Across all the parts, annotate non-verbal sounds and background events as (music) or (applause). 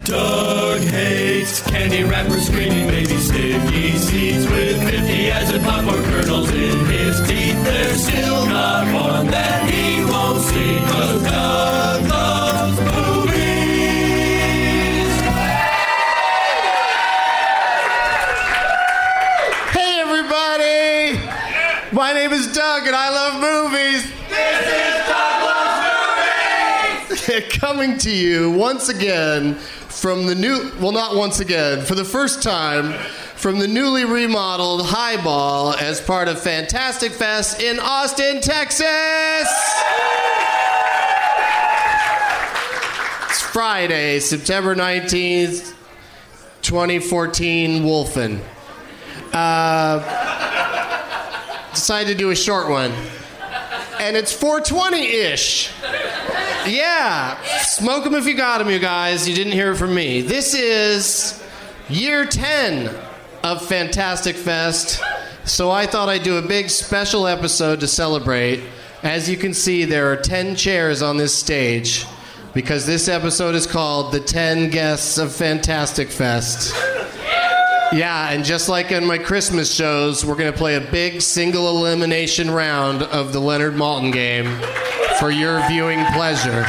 Doug hates candy wrappers, screaming baby sticky seeds with 50 as and popcorn kernels in his teeth. There's still not one that he won't see, cause Doug loves movies. Hey, everybody! My name is Doug, and I love movies. This is Doug Loves Movies. (laughs) Coming to you once again from the new, well, not once again, for the first time from the newly remodeled Highball as part of Fantastic Fest in Austin, Texas. It's Friday, September 19th, 2014, Wolfen. Uh, decided to do a short one. And it's 420 ish. Yeah. Smoke 'em if you got 'em, you guys. You didn't hear it from me. This is year 10 of Fantastic Fest. So I thought I'd do a big special episode to celebrate. As you can see, there are 10 chairs on this stage because this episode is called The 10 Guests of Fantastic Fest. Yeah, and just like on my Christmas shows, we're going to play a big single elimination round of the Leonard Malton game for your viewing pleasure.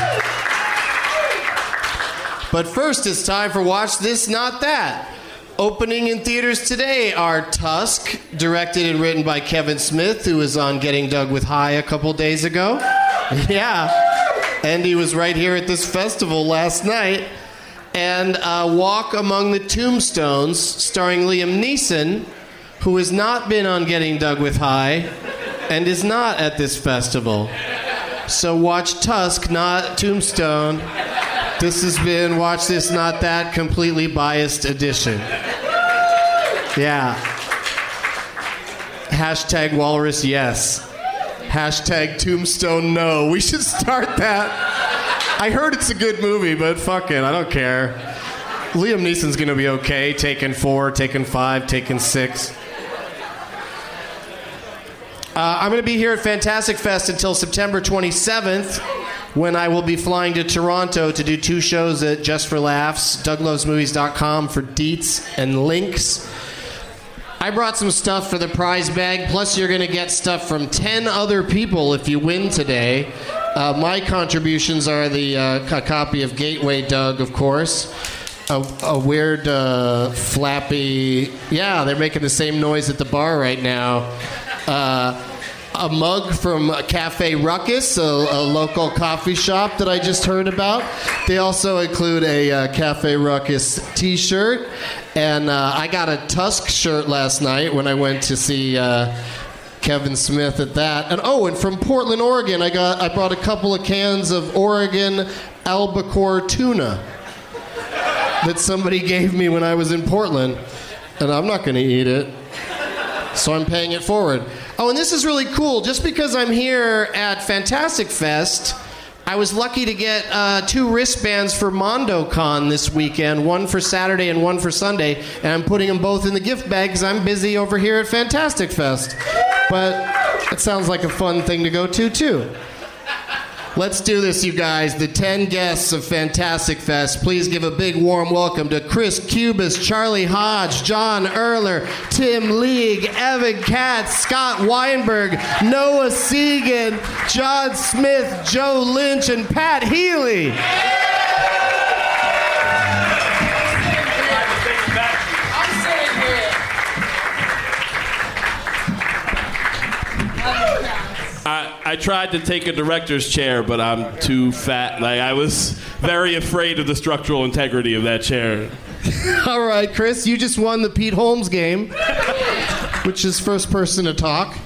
But first, it's time for Watch This, Not That. Opening in theaters today are Tusk, directed and written by Kevin Smith, who was on Getting Dug with High a couple days ago. (laughs) Yeah. And he was right here at this festival last night and uh, Walk Among the Tombstones, starring Liam Neeson, who has not been on Getting Dug with High and is not at this festival. So watch Tusk, not Tombstone. This has been Watch This, Not That, completely biased edition. Yeah. Hashtag walrus yes. Hashtag tombstone no. We should start that. I heard it's a good movie, but fuck it, I don't care. Liam Neeson's gonna be okay. Taken four, taken five, taken six. Uh, I'm going to be here at Fantastic Fest until September 27th, when I will be flying to Toronto to do two shows at Just for Laughs, DougLovesMovies.com for deets and links. I brought some stuff for the prize bag, plus, you're going to get stuff from 10 other people if you win today. Uh, my contributions are the uh, a copy of Gateway Doug, of course. A, a weird, uh, flappy. Yeah, they're making the same noise at the bar right now. Uh, a mug from Cafe Ruckus, a, a local coffee shop that I just heard about. They also include a uh, Cafe Ruckus t shirt. And uh, I got a Tusk shirt last night when I went to see. Uh, Kevin Smith at that, and oh, and from Portland, Oregon, I got I brought a couple of cans of Oregon albacore tuna that somebody gave me when I was in Portland, and I'm not going to eat it so I'm paying it forward. Oh, and this is really cool. Just because I'm here at Fantastic Fest, I was lucky to get uh, two wristbands for MondoCon this weekend, one for Saturday and one for Sunday, and I'm putting them both in the gift bag because I'm busy over here at Fantastic Fest. But it sounds like a fun thing to go to, too. Let's do this, you guys. The 10 guests of Fantastic Fest. Please give a big warm welcome to Chris Cubis, Charlie Hodge, John Erler, Tim League, Evan Katz, Scott Weinberg, Noah Segan, John Smith, Joe Lynch, and Pat Healy. (laughs) I, I tried to take a director's chair, but I'm too fat. Like I was very afraid of the structural integrity of that chair. All right, Chris, you just won the Pete Holmes game, which is first person to talk.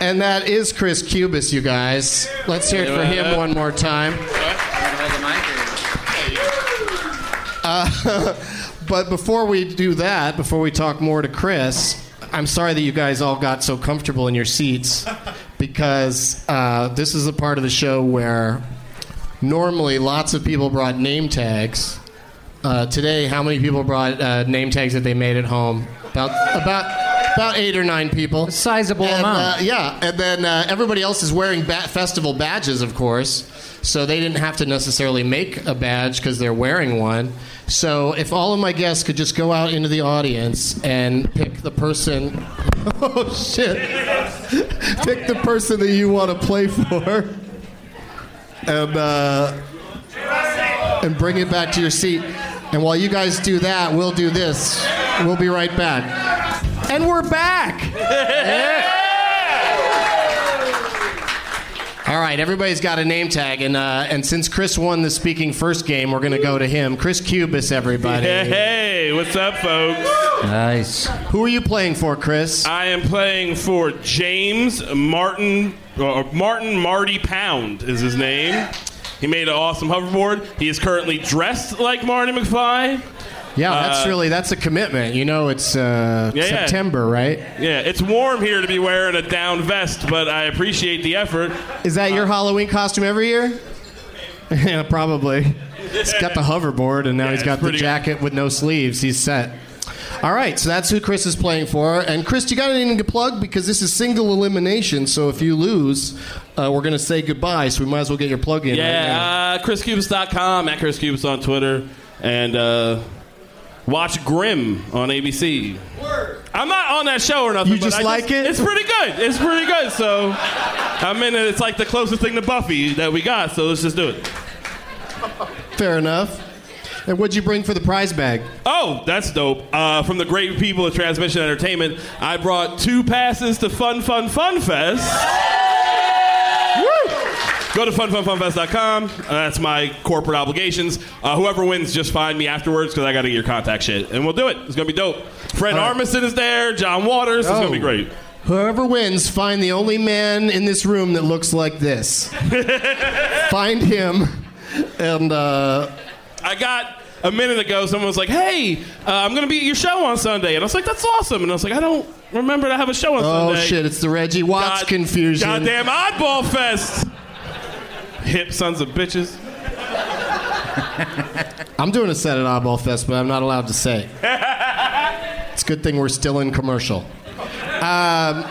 And that is Chris Cubis, you guys. Let's hear it for him one more time. Uh, (laughs) but before we do that, before we talk more to Chris, I'm sorry that you guys all got so comfortable in your seats because uh, this is a part of the show where normally lots of people brought name tags. Uh, today, how many people brought uh, name tags that they made at home? About about about eight or nine people. sizable And, amount. uh, yeah, and then uh, everybody else is wearing ba- festival badges, of course. So they didn't have to necessarily make a badge because they're wearing one. So if all of my guests could just go out into the audience and pick the person, (laughs) oh shit, pick the person that you want to play for, and uh, and bring it back to your seat. And while you guys do that, we'll do this. We'll be right back. And we're back. All right, everybody's got a name tag, and uh, and since Chris won the speaking first game, we're gonna go to him. Chris Cubis, everybody. Hey, hey, what's up, folks? Nice. Who are you playing for, Chris? I am playing for James Martin or Martin Marty Pound is his name. He made an awesome hoverboard. He is currently dressed like Marty McFly. yeah, that's uh, really that's a commitment. You know, it's uh, Yeah, yeah. September, right? Yeah, it's warm here to be wearing a down vest, but I appreciate the effort. Is that Uh, your Halloween costume (laughs) every year? yeah, probably. He's got the hoverboard, and now he's it's got the pretty- jacket with no sleeves. He's set. All right, so that's who Chris is playing for. And Chris, you got anything to plug? Because this is single elimination, so if you lose, uh, we're going to say goodbye, so we might as well get your plug in. right now. Yeah, uh, ChrisCubis.com, at ChrisCubis on Twitter, and uh, watch Grimm on ABC. I'm not on that show or nothing. You but just I like it? It's pretty good. It's pretty good. So, I mean, it's like the closest thing to Buffy that we got. So let's just do it. Fair enough. And what'd you bring for the prize bag? Oh, that's dope. Uh, from the great people at Transmission Entertainment, I brought two passes to Fun Fun Fun Fest. Woo! Go to funfunfunfest.com. Uh, that's my corporate obligations. Uh, whoever wins, just find me afterwards because I got to get your contact shit. And we'll do it. It's going to be dope. Fred Armisen is there, John Waters. It's going to be Oh. great. Whoever wins, find the only man in this room that looks (laughs) like this. find him, and uh, I got a minute ago, someone was like, hey, uh, I'm going to be at your show on Sunday. And I was like, that's awesome. And I was like, I don't remember to have a show on oh Sunday. shit, it's the Reggie Watts God- confusion. Goddamn oddball fest. Hip sons of bitches. I'm doing a set at Oddball Fest, but I'm not allowed to say. (laughs) it. it's a good thing we're still in commercial. Um, (laughs)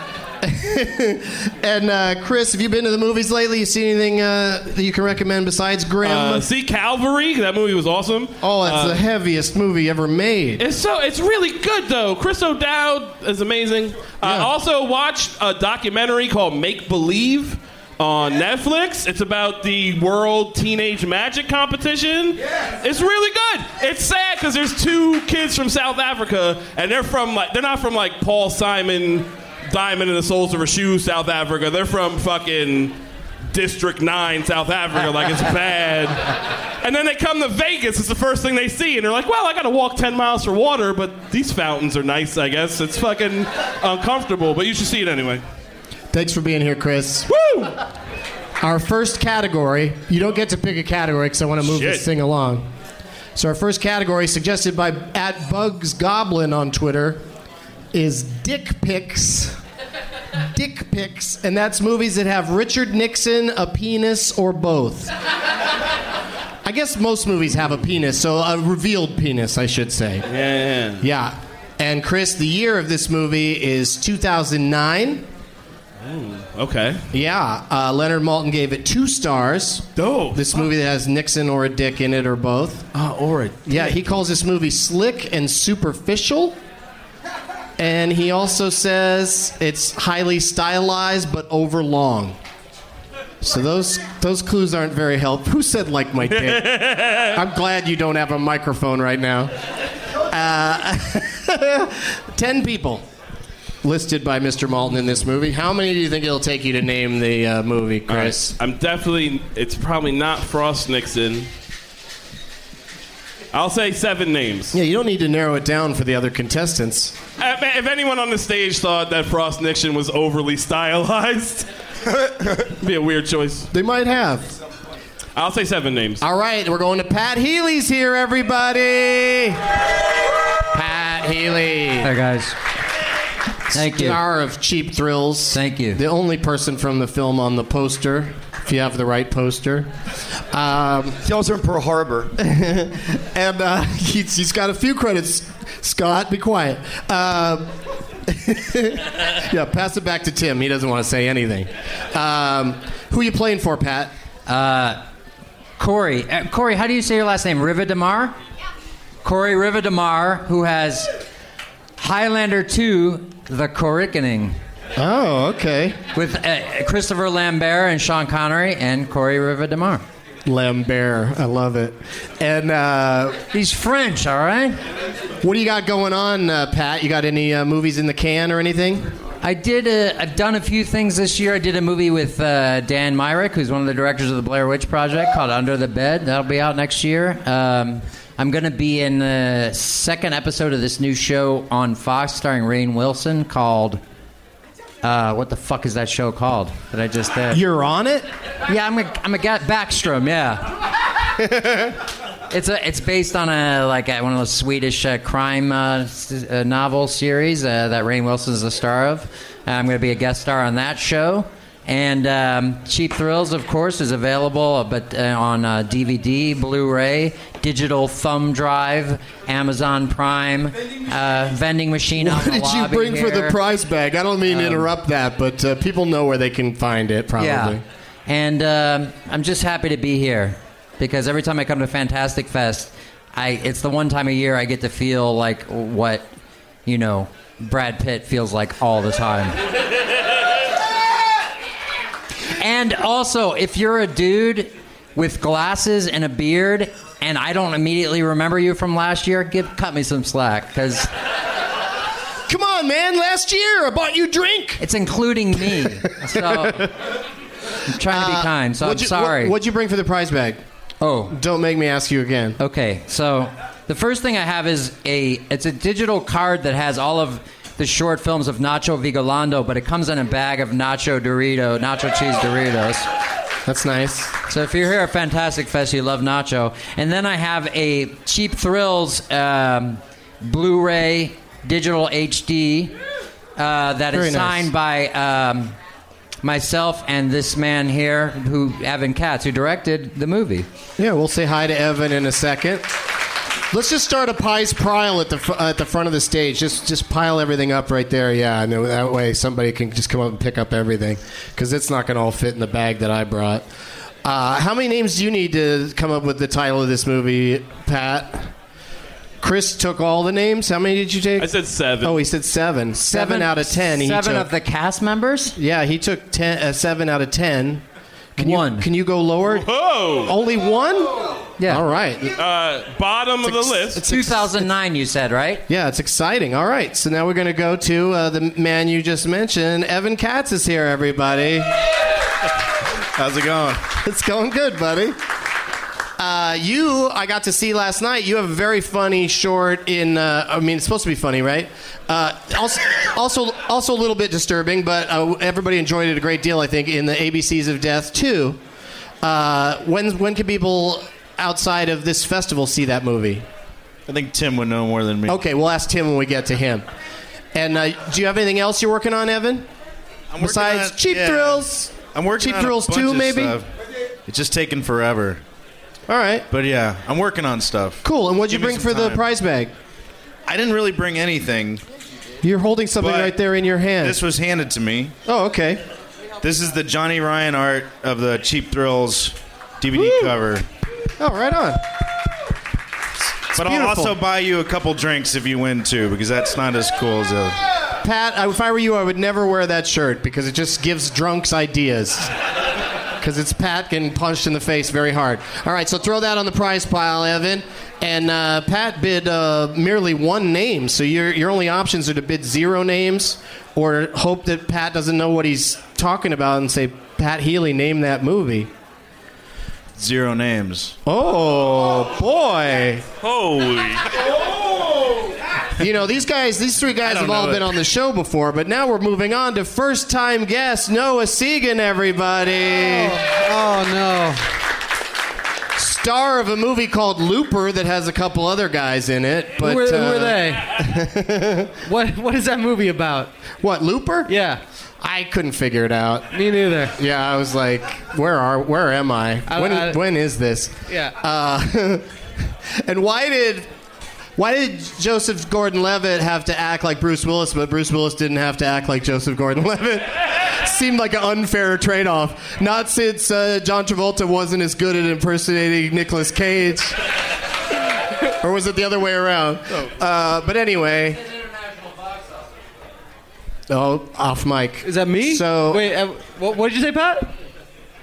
and uh, Chris, have you been to the movies lately? You seen anything uh, that you can recommend besides Grimm? Uh, see Uh, Calvary. That movie was awesome. oh, it's the heaviest movie ever made. It's so it's really good though. Chris O'Dowd is amazing. I Yeah. also watched a documentary called Make Believe on Netflix. It's about the World Teenage Magic Competition. It's really good. It's sad because there's two kids from South Africa and they're from like they're not from like Paul Simon, Diamond and the Soles of Her Shoes, South Africa. They're from fucking District 9, South Africa. Like, it's bad. And then they come to Vegas. It's the first thing they see. And they're like, well, I got to walk 10 miles for water, but these fountains are nice, I guess. It's fucking uncomfortable, but you should see it anyway. Thanks for being here, Chris. Woo! Our first category, you don't get to pick a category because I want to move Shit. this thing along. So, our first category, suggested by at Bugs Goblin on Twitter, is Dick Pics. Dick Pics, and that's movies that have Richard Nixon, a penis, or both. I guess most movies have a penis, so a revealed penis, I should say. Yeah. Yeah. And Chris, the year of this movie is 2009. Okay. Yeah, uh, Leonard Malton gave it two stars. Dope. Uh, This movie that has Nixon or a dick in it or both. or a Yeah, he calls this movie slick and superficial. And he also says it's highly stylized but overlong. So those those clues aren't very helpful. (laughs) Who said like my (laughs) dick? I'm glad you don't have a microphone right now. (laughs) Uh, (laughs) ten people listed by Mr. Malton in this movie. How many do you think it'll take you to name the uh, movie, Chris? I'm definitely, it's probably not Frost Nixon. I'll say seven names. Yeah, you don't need to narrow it down for the other contestants. If if anyone on the stage thought that Frost Nixon was overly stylized, (laughs) be a weird choice. They might have. I'll say seven names. All right, we're going to Pat Healy's here, everybody. Pat Healy, Hi, guys. Thank you. star of Cheap Thrills. Thank you. The only person from the film on the poster, if you have the right poster. Um, He also in Pearl Harbor. (laughs) and uh, (laughs) he's, he's got a few credits. Scott, be quiet. Um, (laughs) yeah, pass it back to Tim. He doesn't want to say anything. Um, who you playing for, Pat? Uh, Corey. Uh, Corey, how do you say your last name? Rivadamar? Corey Rivadamar, who has Highlander 2, The Corrickening, Oh, okay. with uh, Christopher Lambert and Sean Connery and Corey Rivadamar. Lambert. I love it. And. Uh, He's French, all right? What do you got going on, uh, Pat? You got any uh, movies in the can or anything? I did. A, I've done a few things this year. I did a movie with uh, Dan Myrick, who's one of the directors of the Blair Witch Project, called Under the Bed. That'll be out next year. Um, I'm going to be in the second episode of this new show on Fox, starring Rain Wilson, called. Uh, what the fuck is that show called that I just did? You're on it. yeah, I'm a I'm a guy, Backstrom. Yeah. It's, a, it's based on a like a, one of those Swedish uh, crime uh, s- uh, novel series uh, that Rain Wilson is a star of. Uh, I'm going to be a guest star on that show, and um, Cheap Thrills, of course, is available, uh, but uh, on uh, DVD, Blu-ray, digital thumb drive, Amazon Prime, uh, vending machine. out What in the did you lobby bring for the here. Um, prize bag? I don't mean to interrupt that, but uh, people know where they can find it. Probably. Yeah. And um, I'm just happy to be here because every time I come to Fantastic Fest, I it's the one time a year I get to feel like what, you know, Brad Pitt feels like all the time. and also, if you're a dude with glasses and a beard and I don't immediately remember you from last year, give cut me some slack cuz Come on, man! Last year I bought you a drink. it's including (laughs) me. So I'm trying to be kind, so I'm Uh, What'd you- sorry. What, would you bring for the prize bag? oh, Don't make me ask you again. Okay, so the first thing I have is a it's a digital card that has all of the short films of Nacho Vigalondo, but it comes in a bag of Nacho Dorito, Nacho Cheese Doritos. That's nice. So if you're here at Fantastic Fest, you love Nacho. And then I have a Cheap Thrills um, Blu-ray digital HD uh, that is Very nice. signed by um, myself and this man here, who Evan Katz, who directed the movie. Yeah, we'll say hi to Evan in a second. Let's just start a pies pile at the fr- at the front of the stage. Just just pile everything up right there. Yeah, and that way somebody can just come up and pick up everything because it's not going to all fit in the bag that I brought. Uh, how many names do you need to come up with the title of this movie, Pat? Chris took all the names. How many did you take? I said seven. Oh, he said seven. Seven, out of ten. he Seven took. of the cast members. Yeah, he took ten, uh, seven out of ten. Can One. You, can you go lower? Whoa! Only one? Yeah. All right. Uh, bottom of the It's- list. it's 2009, you said, right? Yeah, it's exciting. All right, so now we're going to go to uh, the man you just mentioned. Evan Katz is here, everybody. How's it going? It's going good, buddy. Uh, you, I got to see last night. You have a very funny short. In uh, I mean, it's supposed to be funny, right? Uh, also, also, also a little bit disturbing, but uh, everybody enjoyed it a great deal. I think in the ABCs of Death too. Uh, when when can people outside of this festival see that movie? I think Tim would know more than me. Okay, we'll ask Tim when we get to him. And uh, do you have anything else you're working on, Evan? I'm working Besides on- cheap yeah. thrills. I'm working cheap on a thrills bunch too, of maybe. stuff. It's just taking forever. All right, But yeah, I'm working on stuff. cool. And what'd you Give me bring some for the time. prize bag? I didn't really bring anything. You're holding something But right there in your hand. This was handed to me. oh, okay. This is the Johnny Ryan art of the Cheap Thrills DVD cover. Oh, right on. But I'll beautiful. also buy you a couple drinks if you win too, because that's not as cool as a. Pat, I- if I were you, I would never wear that shirt because it just gives drunks ideas. Because it's Pat getting punched in the face very hard. All right, so throw that on the prize pile, Evan. And uh, Pat bid uh, merely one name, so your your only options are to bid zero names or hope that Pat doesn't know what he's talking about and say, Pat Healy, name that movie. Zero names. Oh, boy. Holy! You know, these guys, these three guys I don't have all know been it. on the show before, but now we're moving on to first time guest Noah Segan, everybody. Oh no. Star of a movie called Looper that has a couple other guys in it. But who, are, who uh, (laughs) are they? what What is that movie about? What, Looper? Yeah, I couldn't figure it out. me neither. Yeah, I was like, where are where am I? I- when I- when is this? Yeah. Uh, (laughs) and why did why did Joseph Gordon-Levitt have to act like Bruce Willis, but Bruce Willis didn't have to act like Joseph Gordon-Levitt? (laughs) Seemed like an unfair trade-off. Not since uh, John Travolta wasn't as good at impersonating Nicolas Cage, or was it the other way around? Uh, but anyway. Oh, off mic. Is that me? So wait, uh, what, what did you say, Pat?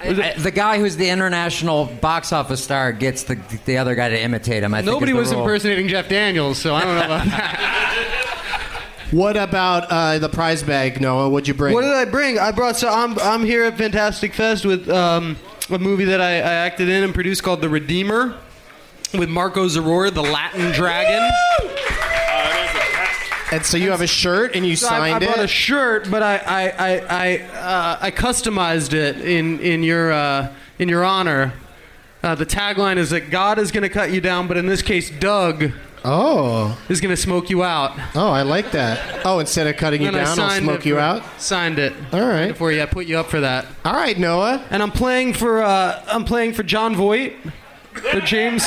I- the guy who's the international box office star gets the the other guy to imitate him. I think Nobody is the was rule. impersonating Jeff Daniels, so I don't (laughs) know about that. What about uh, the prize bag, Noah? What'd you bring? What did I bring? I brought so I'm I'm here at Fantastic Fest with um, a movie that I, I acted in and produced called The Redeemer with Marco Zaror, the Latin Dragon. Uh, and so you have a shirt and you So I, I signed brought a it. shirt, but I I I I, uh, I customized it in in your uh, in your honor. Uh, the tagline is that God is going to cut you down, but in this case, Doug oh, is going to smoke you out. oh, I like that. Oh, instead of cutting you And I down, I'll signed smoke it you for- out. Signed it. All right. For you, I put you up for that. All right, Noah. And I'm playing for uh, I'm playing for John Voight, for James,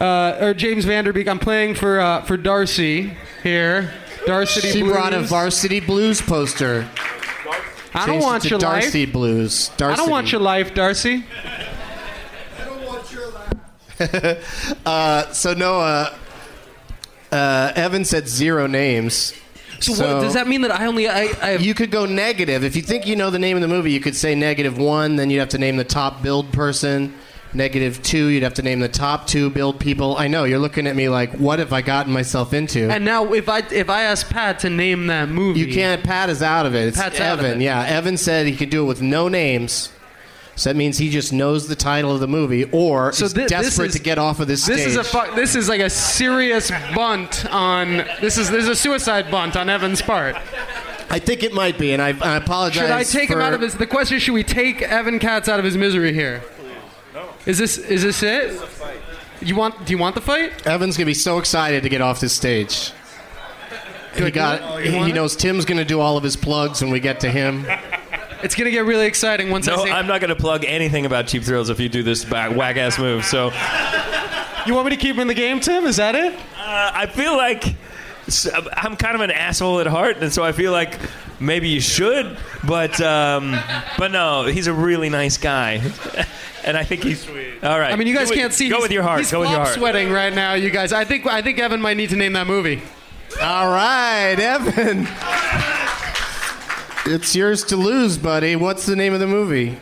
uh, or James Vanderbeek. I'm playing for uh, for Darcy here. Darcy She Blues. brought a varsity blues poster. I don't want to your Darcy life. blues. Darcy. I don't want your life, Darcy. (laughs) So Noah, uh, Evan said zero names. So, So- what, does that mean that I only I, I You could go negative if you think you know the name of the movie. You could say negative one. Then you'd have to name the top build person. Negative two. You'd have to name the top two build people. I know you're looking at me like, what have I gotten myself into? and now if I if I ask Pat to name that movie, You can't. Pat is out of it. It's Pat's out of Evan. it. Yeah, Evan said he could do it with no names. So that means he just knows the title of the movie, or So is thi- this desperate is- to get off of this, This stage. is a fu- this is like a serious bunt on this is this is a suicide bunt on Evan's part. I think it might be, and I, I apologize. Should I take him for- out of his? The question is, should we take Evan Katz out of his misery here? Is this is this it? You want? Do you want the fight? Evan's gonna be so excited to get off this stage. He got. you He want it? knows Tim's gonna do all of his plugs when we get to him. It's gonna get really exciting once I No, say. I'm not going to plug anything about cheap thrills if you do this whack ass move. So you want me to keep him in the game, Tim? Is that it? uh, I feel like s- uh, I'm kind of an asshole at heart, and so I feel like maybe you should, but um, but no, he's a really nice guy, (laughs) and I think he's all right. I mean, you Go guys with- can't see. Go he's- with your heart. He's go with your flop heart. sweating right now, you guys. I think I think Evan might need to name that movie. All right, Evan. It's yours to lose, buddy. What's the name of the movie?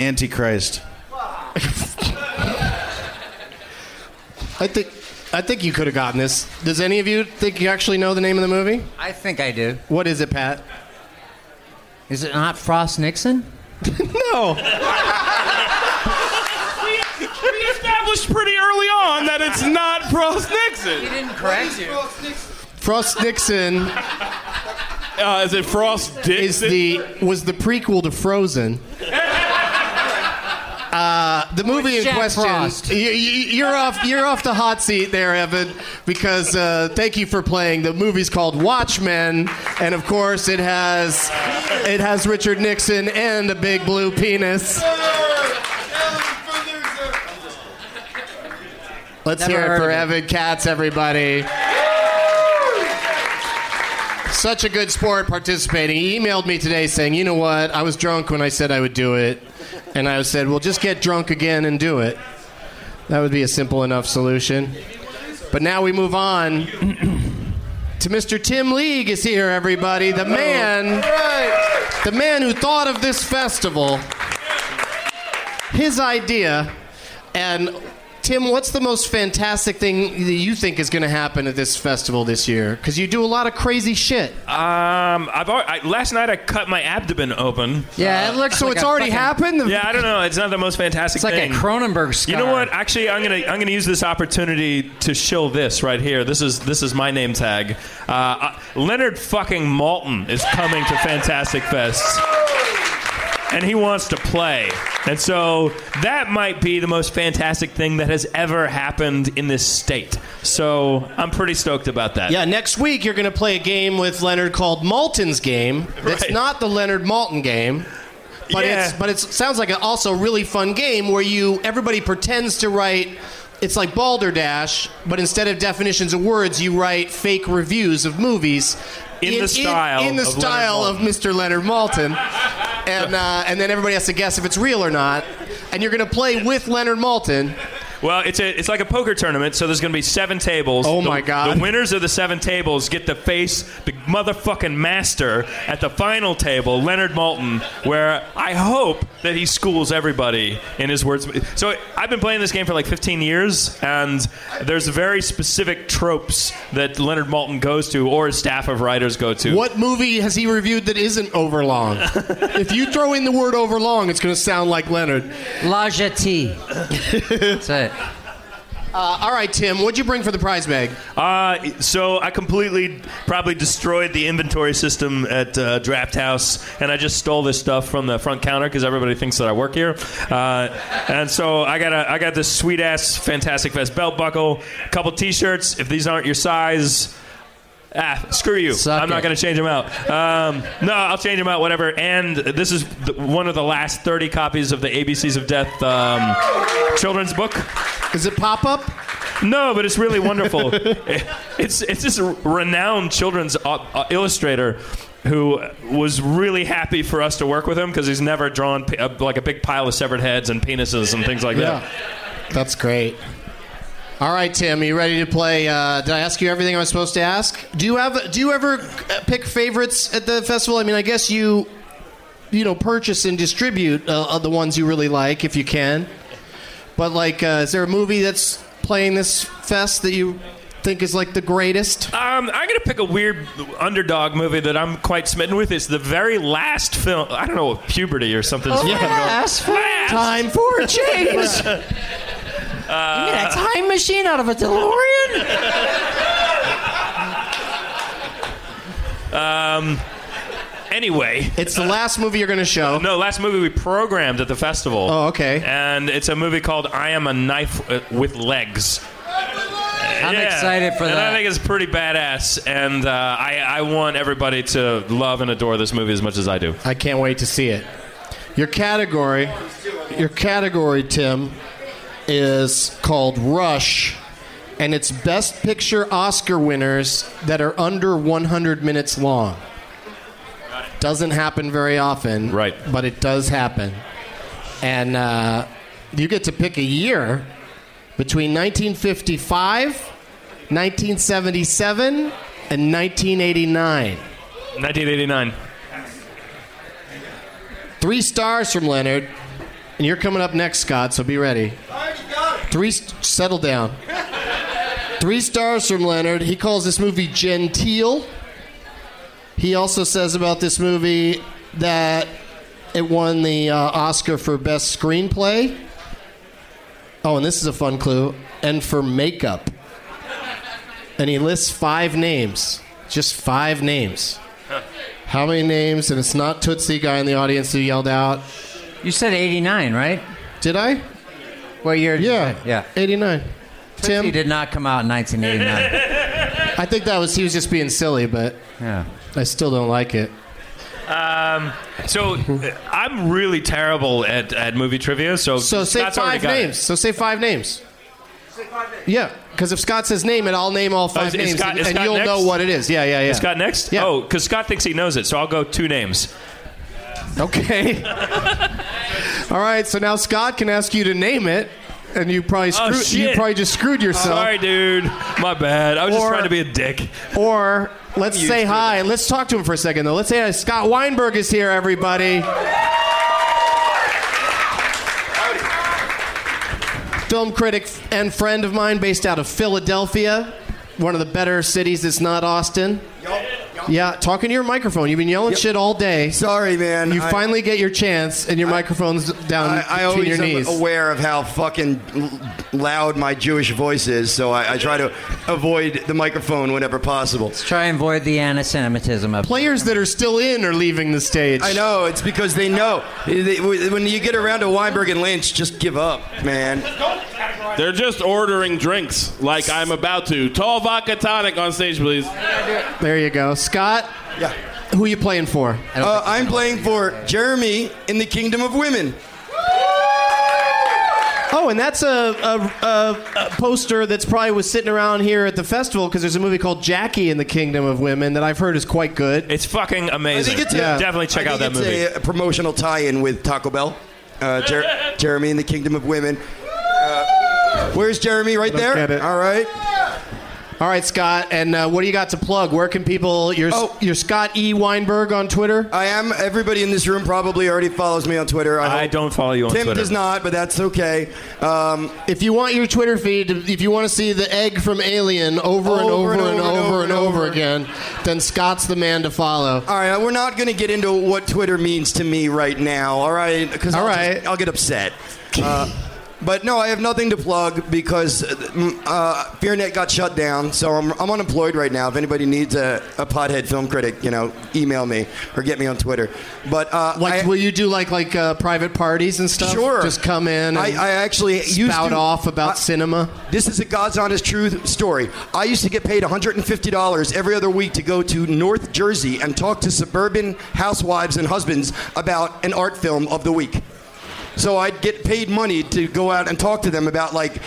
Antichrist. I think I think you could have gotten this. Does any of you think you actually know the name of the movie? I think (laughs) I do. What is it, Pat? Is it not Frost Nixon? No. We established pretty early on that it's not Frost Nixon. didn't correct you. Frost Nixon Uh, is it Frost Dixon? is the was the prequel to Frozen. Uh, the movie in Jack question. Frost. You, are off. You're off the hot seat there, Evan, because uh, thank you for playing. The movie's called Watchmen, and of course, it has it has Richard Nixon and a big blue penis. Let's Never hear it heard for of it. Evan Katz, everybody. Such a good sport participating. He emailed me today saying, you know what? I was drunk when I said I would do it. And I said, well, just get drunk again and do it. That would be a simple enough solution. But now we move on (clears throat) to Mr. Tim League is here, everybody. The man, the man who thought of this festival, his idea, and Tim, what's the most fantastic thing that you think is going to happen at this festival this year? Because you do a lot of crazy shit. um, I've al- I, last night I cut my abdomen open. Yeah, it looks. so like it's a already fucking- happened. The- Yeah, I don't know. It's not the most fantastic It's like thing. a Cronenberg scar. You know what? Actually, I'm gonna I'm gonna use this opportunity to show this right here. This is this is my name tag. Uh, uh, Leonard fucking Malton is coming to Fantastic Fest, and he wants to play. And so that might be the most fantastic thing that has ever happened in this state. So I'm pretty stoked about that. Yeah, next week you're going to play a game with Leonard called Malton's Game. That's Right. not the Leonard Malton game. But Yeah. it's but it sounds like an also really fun game where you everybody pretends to write it's like balderdash, but instead of definitions of words, you write fake reviews of movies In the style in, the of Leonard style of Maltin. Mr. Leonard Malton, and uh, and then everybody has to guess if it's real or not. And you're going to play with Leonard Malton. Well, it's a, it's like a poker tournament, so there's going to be seven tables. Oh, The- my God. The winners of the seven tables get to face the motherfucking master at the final table, Leonard Malton, where I hope that he schools everybody in his words. So I've been playing this game for like 15 years, and there's very specific tropes that Leonard Malton goes to, or his staff of writers go to. What movie has he reviewed that (laughs) isn't overlong? if you throw in the word overlong, it's going to sound like Leonard. La Jetée. That's it. Uh, all right, Tim, what'd you bring for the prize bag? Uh, so I completely probably destroyed the inventory system at uh, Draft House, and I just stole this stuff from the front counter because everybody thinks that I work here. Uh, and so I got a, I got this sweet ass Fantastic Fest belt buckle, a couple T-shirts. If these aren't your size. Ah, screw you. Suck I'm not it. going to change them out. Um, no, I'll change them out, whatever. And this is the, one of the last 30 copies of the ABCs of Death um, children's book. Is it pop up? No, but it's really (laughs) wonderful. it's it's this renowned children's uh, uh, illustrator who was really happy for us to work with him because he's never drawn p- uh, like a big pile of severed heads and penises and things like that. That's great. All right, Tim, are you ready to play? Uh, did I ask you everything I was supposed to ask? Do you have? Do you ever uh, pick favorites at the festival? I mean, I guess you, you know, purchase and distribute uh, uh, the ones you really like if you can. But like, uh, is there a movie that's playing this fest that you think is like the greatest? Um, I'm gonna pick a weird underdog movie that I'm quite smitten with. It's the very last film. I don't know, puberty or something. Oh, Oh, Yes, Time for a change. You get a time machine out of a DeLorean? Uh, um, Anyway, it's the last movie you're going to show. no, last movie we programmed at the festival. Oh, okay. And it's a movie called I Am a Knife uh, with Legs. I'm Yeah. excited for and that. I think it's pretty badass, and uh, I, I want everybody to love and adore this movie as much as I do. I can't wait to see it. Your category, your category, Tim, is called Rush, and it's Best Picture Oscar winners that are under 100 minutes long. Doesn't happen very often, Right. But it does happen, and uh, you get to pick a year between 1955, 1977, and 1989. 1989. Three stars from Leonard. And you're coming up next, Scott, so be ready. Three, st- settle down. Three stars from Leonard. He calls this movie genteel. He also says about this movie that it won the uh, Oscar for Best Screenplay. Oh, and this is a fun clue. And for makeup. And he lists five names. Just five names. How many names? And it's not Tootsie guy in the audience who yelled out. You said 89, right? Did I? Well, you're Yeah. yeah. 89. He Tim, did not come out in 1989. (laughs) I think that was, he was just being silly, but yeah. I still don't like it. Um, So uh, I'm really terrible at, at movie trivia. So So say Scott's already five got it. names. So say five names. Say five names. Yeah, because if Scott says name it, I'll name all Oh, five is names, Scott- and, is and Scott you'll next? know what it is. Yeah, yeah, yeah. Scott next? Yeah. Oh, because Scott thinks he knows it, so I'll go two names. (laughs) Okay. all right. So now Scott can ask you to name it, and you probably Oh, screwed, you shit. probably just screwed yourself. Sorry, dude. My bad. I was just Or- trying to be a dick. Or let's say hi. Let's talk to him for a second, though. Let's say hi. Scott Weinberg is here, everybody. Film critic and friend of mine based out of Philadelphia, one of the better cities that's not Austin. Yeah, talking to your microphone. You've been yelling shit all day. Sorry, man. You I- finally get your chance, and your microphone's down I, I Um, between always your am knees. aware of how fucking l- loud my Jewish voice is, so I, I try to avoid the microphone whenever possible. Try and avoid the anti-Semitism up. Players that are still in are leaving the stage. I know it's because they know They- when you get around to Weinberg and Lynch, just give up, man. They're just ordering drinks like I'm about to. Tall vodka tonic on stage, please. There you go, Scott. Yeah. Who you playing for? Uh, I'm playing for Jeremy in the Kingdom of Women. Oh, and that's a, a, a, a poster that's probably was sitting around here at the festival because there's a movie called Jackie in the Kingdom of Women that I've heard is quite good. It's fucking amazing. Definitely check I out that think movie. It's a promotional tie-in with Taco Bell. Uh, Jer- Jeremy in the Kingdom of Women. Uh, where's Jeremy? Right don't there. get it. All right. All right, Scott, and uh, what do you got to plug? Where can people? You're, Oh. you're Scott E. Weinberg on Twitter. I am. Everybody in this room probably already follows me on Twitter. I, I hope. don't follow you on Tim Twitter. does not, but that's okay. Um, If you want your Twitter feed, if you want to see the egg from Alien over, and, over and over and over and over again, then Scott's the man to follow. all right, we're not going to get into what Twitter means to me right now. All right, because All I'll, just- right. I'll get upset. Uh, but no, I have nothing to plug because uh, mm, uh, FearNet got shut down, so I'm, I'm unemployed right now. If anybody needs a, a pothead film critic, you know, email me or get me on Twitter. But uh, Like, I- will you do like like uh, private parties and stuff? Sure. Just come in. And I, I actually used spout to- off about I- cinema. This is a God's honest truth story. I used to get paid $150 every other week to go to North Jersey and talk to suburban housewives and husbands about an art film of the week. So I'd get paid money to go out and talk to them about like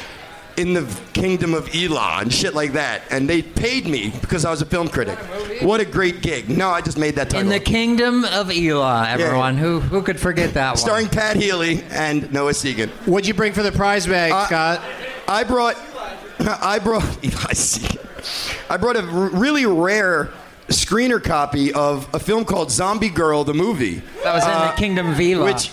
in the kingdom of Elon and shit like that. And they paid me because I was a film critic. What a great gig. No, I just made that title. In the kingdom of Elah, everyone. Who who could forget that one? Starring Pat Healy and Noah Segan. What'd you bring for the prize bag, Uh, Scott? I brought, (laughs) I brought, (laughs) Eli Seeger. I brought a r- really rare screener copy of a film called Zombie Girl, the movie. That was in Uh, the kingdom of Elah. Which,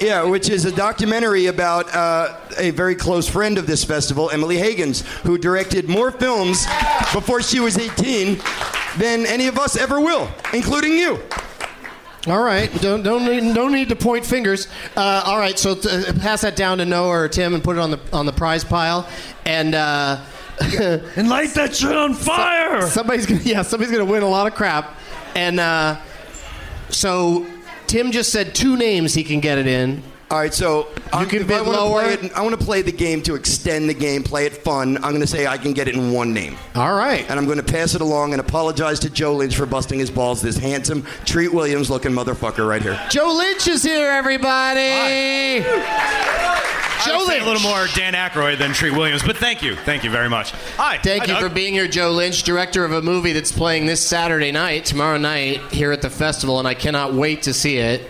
yeah, which is a documentary about uh, a very close friend of this festival, Emily Higgins, who directed more films before she was 18 than any of us ever will, including you. All right, don't don't need, don't need to point fingers. Uh, all right, so uh pass that down to Noah or Tim and put it on the on the prize pile, and uh, (laughs) and light that shit on fire. somebody's gonna yeah somebody's gonna win a lot of crap, and uh, so Tim just said two names he can get it in. All right, so I'm- can if bid I wanna lower. Play it, I want to play the game to extend the game, play it fun. I'm going to say I can get it in one name. All right. And I'm going to pass it along and apologize to Joe Lynch for busting his balls. This handsome Treat Williams looking motherfucker right here. Joe Lynch is here, everybody. Joe Lynch. A little more Dan Aykroyd than Treat Williams, but thank you, thank you very much. Hi, Thank hi, you Doug. for being here, Joe Lynch, director of a movie that's playing this Saturday night, tomorrow night, here at the festival, and I cannot wait to see it.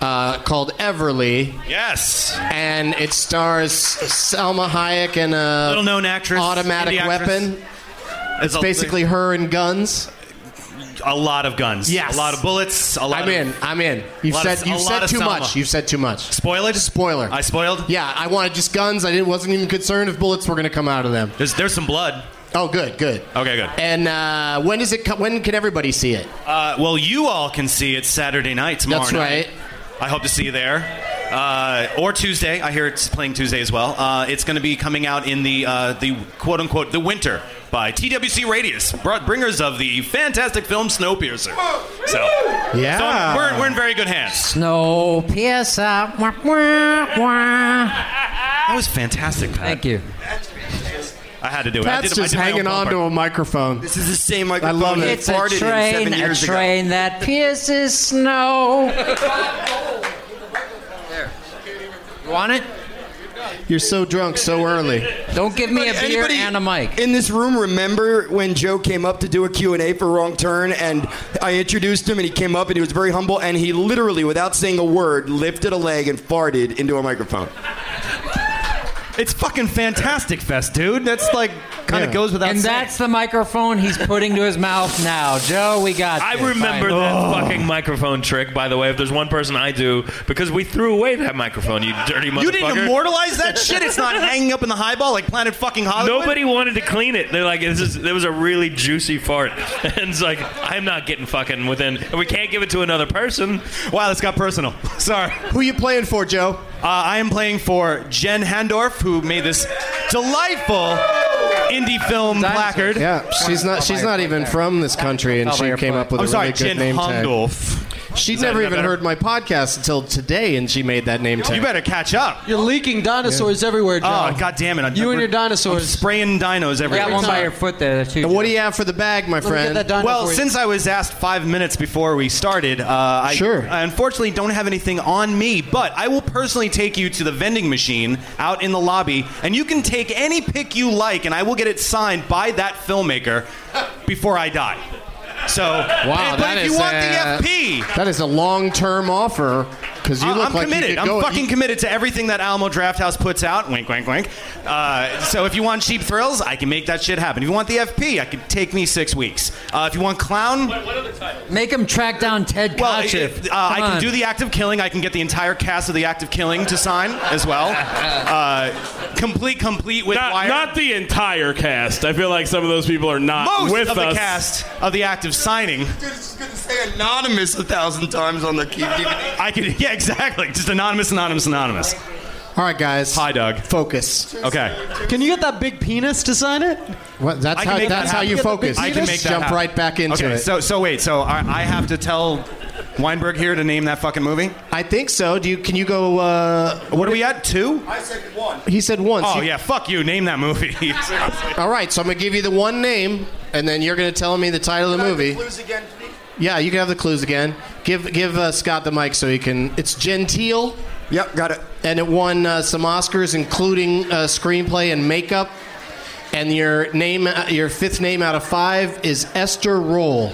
Uh, called Everly. Yes. And it stars Selma Hayek and a Little-known actress, automatic indie actress. weapon. It's It's a- basically her and guns. a lot of guns. Yes. a lot of bullets. A lot I'm in. I'm in. You've lot of- said a you've lot said of too Selma. much. You've said too much. Spoilage. Spoiler. I spoiled. yeah, I wanted just guns. I didn't wasn't even concerned if bullets were going to come out of them. There's there's some blood. Oh, good, good. Okay, good. And uh, when does it? Co- when can everybody see it? Uh, well, you all can see it Saturday night tomorrow. That's night. right. I hope to see you there. Uh, or Tuesday. I hear it's playing Tuesday as well. Uh, it's going to be coming out in the uh, the quote unquote the winter by TWC Radius, brought bringers of the fantastic film Snowpiercer. So Yeah. so I'm- we're, we're in very good hands. Snow Piercer. Wah, wah, wah. That was fantastic, Pat. Thank you. I had to do it. I Pat's did, I just did my own hanging on bumper. to a microphone. This is the same microphone love he it. It's a farted in train, seven a years ago. (laughs) train that pierces snow. You want it? You're so drunk so early. Don't give me a beer Anybody and a mic. in this room remember when Joe came up to do a Q&A for Wrong Turn and I introduced him and he came up and he was very humble and he literally without saying a word lifted a leg and farted into a microphone. It's fucking fantastic fest, dude. That's like kind of Yeah. goes without And saying. that's the microphone he's putting to his mouth now. Joe, we got I this. remember Fine. that Oh. fucking microphone trick, by the way. If there's one person I do, because we threw away that microphone, you dirty motherfucker. You didn't immortalize that shit. (laughs) It's (laughs) not hanging up in the highball like Planet fucking Hollywood. Nobody wanted to clean it. They're like, this is, there was a really juicy fart. (laughs) And it's like, I'm not getting fucking within. And we can't give it to another person. Wow, this got personal. (laughs) Sorry. Uh, Who you playing for, Joe? I am playing for Jen Handorf, who made this delightful indie film placard. Yeah, she's not. She's not even from this country, and she came up with a I'm sorry, really good Jen name tag. Handorf. She'd never that even better? heard my podcast until today, and she made that name tag. You better catch up. You're leaking dinosaurs everywhere, Joe. Oh, god damn it. I'm- You and your we're- dinosaurs. I'm spraying dinos You everywhere. got one by your foot there. Too, And what do you have for the bag, my Let me get friend? that dino Well, for you. since I was asked five minutes before we started, uh, I, Sure. I unfortunately don't have anything on me, but I will personally take you to the vending machine out in the lobby, and you can take any pick you like, and I will get it signed by that filmmaker before I die. So, Wow, but that if is you want a- the FP, That is a long-term offer because you I- look I'm like you committed. could I'm go- fucking you- committed to everything that Alamo Drafthouse puts out. Wink, wink, wink. Uh, so if you want cheap thrills, I can make that shit happen. If you want the FP, I could take me six weeks. Uh, if you want clown, Make him track down Ted Well, Kotcheff. if, uh, Come I can on. do the act of killing. I can get the entire cast of the act of killing to sign as (laughs) well. Uh, complete, complete with Not, wire. not the entire cast. I feel like some of those people are not most with of us. the cast of the act of signing. Dude, it's going to say anonymous a thousand times on the (laughs) DVD. I could, yeah, exactly. Just anonymous, anonymous, anonymous. All right, guys. Hi, Doug. Focus. Okay. Can you get that big penis to sign it? What, that's I can how. make that That's how happen. you focus. I can make that Jump happen. right back into okay, it. So, so wait. So I, I have to tell Weinberg here to name that fucking movie. I think so. Do you? Can you go? Uh, What are we at? Two? I said one. he said once. Oh You- yeah. Fuck you. Name that movie. (laughs) Seriously. All right. So I'm gonna give you the one name, and then you're gonna tell me the title of the movie. again, Yeah, you can have the clues again. Give give uh, Scott the mic so he can. It's Genteel, Yep, got it. and it won uh, some Oscars, including uh, screenplay and makeup. And your name, uh, your fifth name out of five is Esther Roll.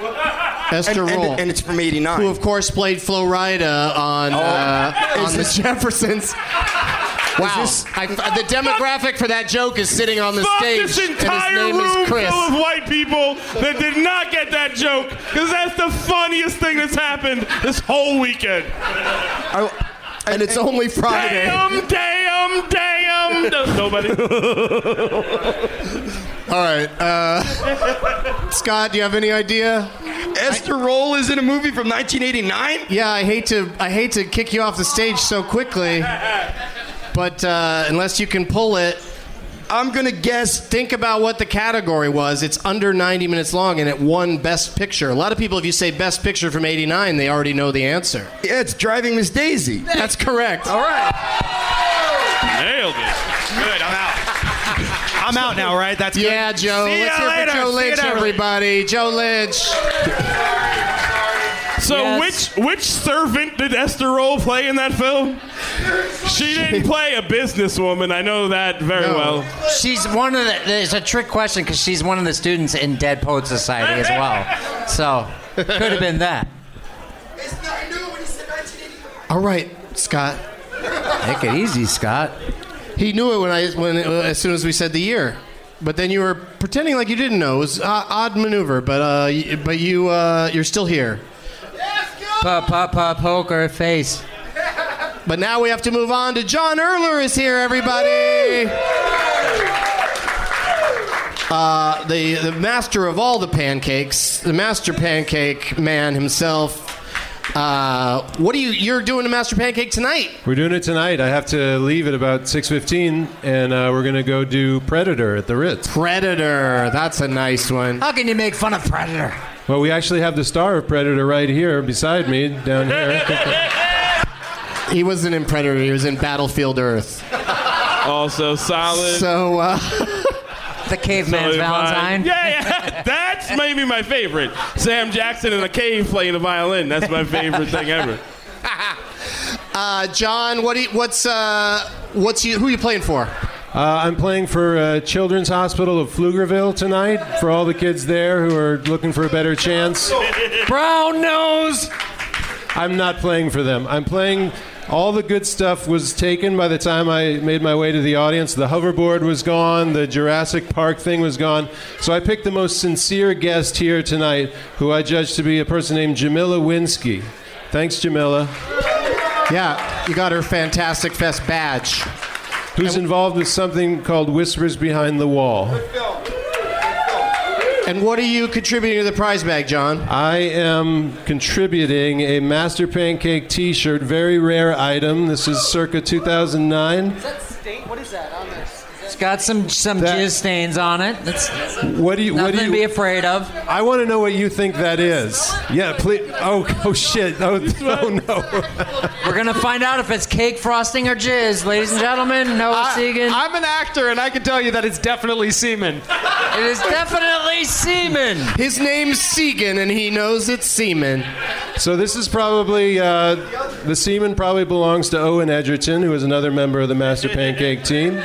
And, Esther Roll, and, and it's from Oh. 89. who of course played Flo Rida on uh, is (laughs) on this- the Jeffersons. Wow, this- I, the demographic for that joke is sitting on the Fuck stage, this and his entire name room is Chris. full of white people that did not get that joke because that's the funniest thing that's happened this whole weekend. I- and it's only Friday. Damn, damn, damn. No- Nobody. (laughs) All right, uh, (laughs) Scott, do you have any idea? Esther Roll is in a movie from 1989? Yeah, I hate to I hate to kick you off the stage so quickly, but uh, unless you can pull it, I'm going to guess. Think about what the category was. It's under 90 minutes long and it won Best Picture. A lot of people, if you say Best Picture from 89, they already know the answer. Yeah, it's Driving Miss Daisy. That's correct. All right. Nailed it. Good, I'm out. I'm out now, right? That's good. Yeah, Joe. See Let's ya hear later. for Joe See ya Lynch, later. everybody. Joe Lynch. So Yes. which which servant did Esther Roll play in that film? She didn't play a businesswoman. I know that very Oh, No. well. She's one of the. There's a trick question because she's one of the students in Dead Poet Society as well. So could have been that. All right, Scott. Take it easy, Scott. He knew it when I when uh, as soon as we said the year, but then you were pretending like you didn't know. It was uh, odd maneuver, but uh, y- but you uh, you're still here. Pop, pop, pop, poker face. But now we have to move on to John Erler is here, everybody. Uh, the the master of all the pancakes, the master pancake man himself. Uh, what are you? You're doing a master pancake tonight. We're doing it tonight. I have to leave at about 6.15, and uh, we're going to go do Predator at the Ritz. Predator. That's a nice one. How can you make fun of Predator? Well, we actually have the star of Predator right here beside me, down here. He wasn't in Predator. He was in Battlefield Earth. Also solid. So. Uh, (laughs) The Solid caveman's Valentine. vibe. Yeah, yeah. (laughs) That's maybe my favorite. Sam Jackson in a cave playing the violin. That's my favorite thing (laughs) ever. Uh, John, what do you, what's uh, what's you, who you playing for? Uh, I'm playing for uh, Children's Hospital of Pflugerville tonight for all the kids there who are looking for a better chance. Brown nose! I'm not playing for them. I'm playing. All the good stuff was taken by the time I made my way to the audience. The hoverboard was gone, the Jurassic Park thing was gone. So I picked the most sincere guest here tonight, who I judge to be a person named Jamila Winsky. Thanks, Jamila. Yeah, you got her Fantastic Fest badge. Who's involved with something called Whispers Behind the Wall. And what are you contributing to the prize bag, John? I am contributing a Master Pancake T-shirt, very rare item. This is circa 2009. It's got some some That- jizz stains on it. That's What do you? What nothing do to be you? afraid of. I want to know what you think that is. Yeah, please. Oh, oh shit. Oh, (laughs) oh no. We're gonna find out if it's cake frosting or jizz, ladies and gentlemen. Noah Segan. I'm an actor, and I can tell you that it's definitely semen. It is definitely semen. His name's Segan, and he knows it's Seaman. So this is probably uh, the semen probably belongs to Owen Edgerton, who is another member of the Master Pancake team.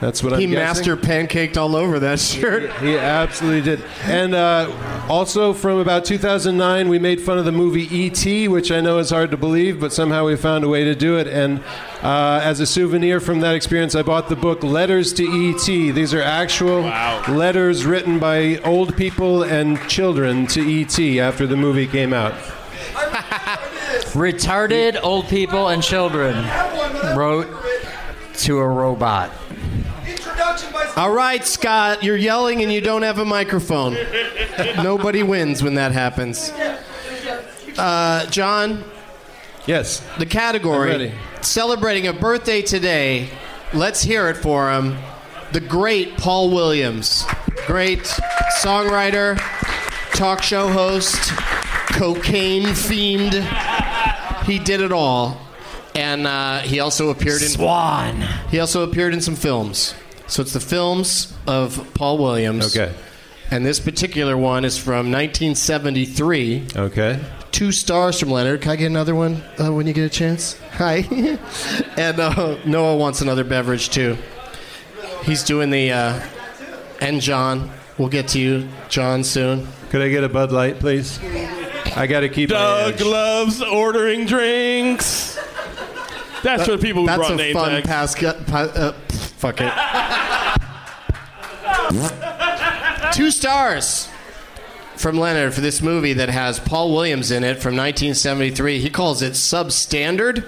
That's what He I'm guessing. master pancaked all over that shirt. He absolutely did. And uh, also from about 2009, we made fun of the movie E.T., which I know is hard to believe, but somehow we found a way to do it. And uh, as a souvenir from that experience, I bought the book Letters to E.T. These are actual letters written by old people and children to E.T. after the movie came out. (laughs) Retarded old people and children wrote to a robot. All right, Scott, you're yelling and you don't have a microphone. Nobody wins when that happens. Uh, John, Yes. the I'm category ready. celebrating a birthday today. Let's hear it for him. The great Paul Williams, great songwriter, talk show host, cocaine themed. He did it all, and uh, he also appeared in Swan. he also appeared in some films. So it's the films of Paul Williams. Okay. And this particular one is from 1973 Okay. two stars from Leonard. Can I get another one uh, when you get a chance? Hi. (laughs) and uh, Noah wants another beverage too. He's doing the. Uh, and John, we'll get to you, John, soon. Could I get a Bud Light, please? I got to keep my Doug edge. loves ordering drinks. That's for the people who That's brought a name fun tags. pass. Pa- uh, pff, fuck it. two stars from Leonard for this movie that has Paul Williams in it from 1973. He calls it substandard.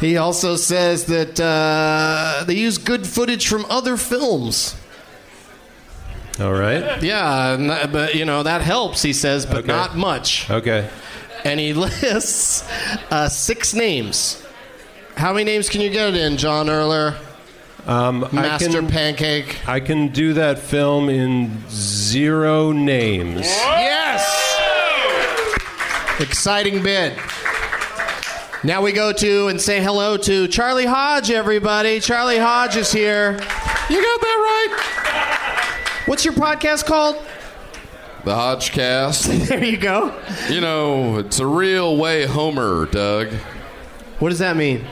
he also says that uh, they use good footage from other films. All right. Yeah, n- but you know that helps. He says, but Okay. not much. Okay. And he (laughs) lists uh, six names. How many names can you get it in, John Erler? Um, I Master can, Pancake. I can do that film in zero names. Yes! Exciting bid. Now we go to and say hello to Charlie Hodge, everybody. Charlie Hodge is here. You got that right. What's your podcast called? The Hodgecast. There you go. you know, it's a real way Homer, Doug. What does that mean?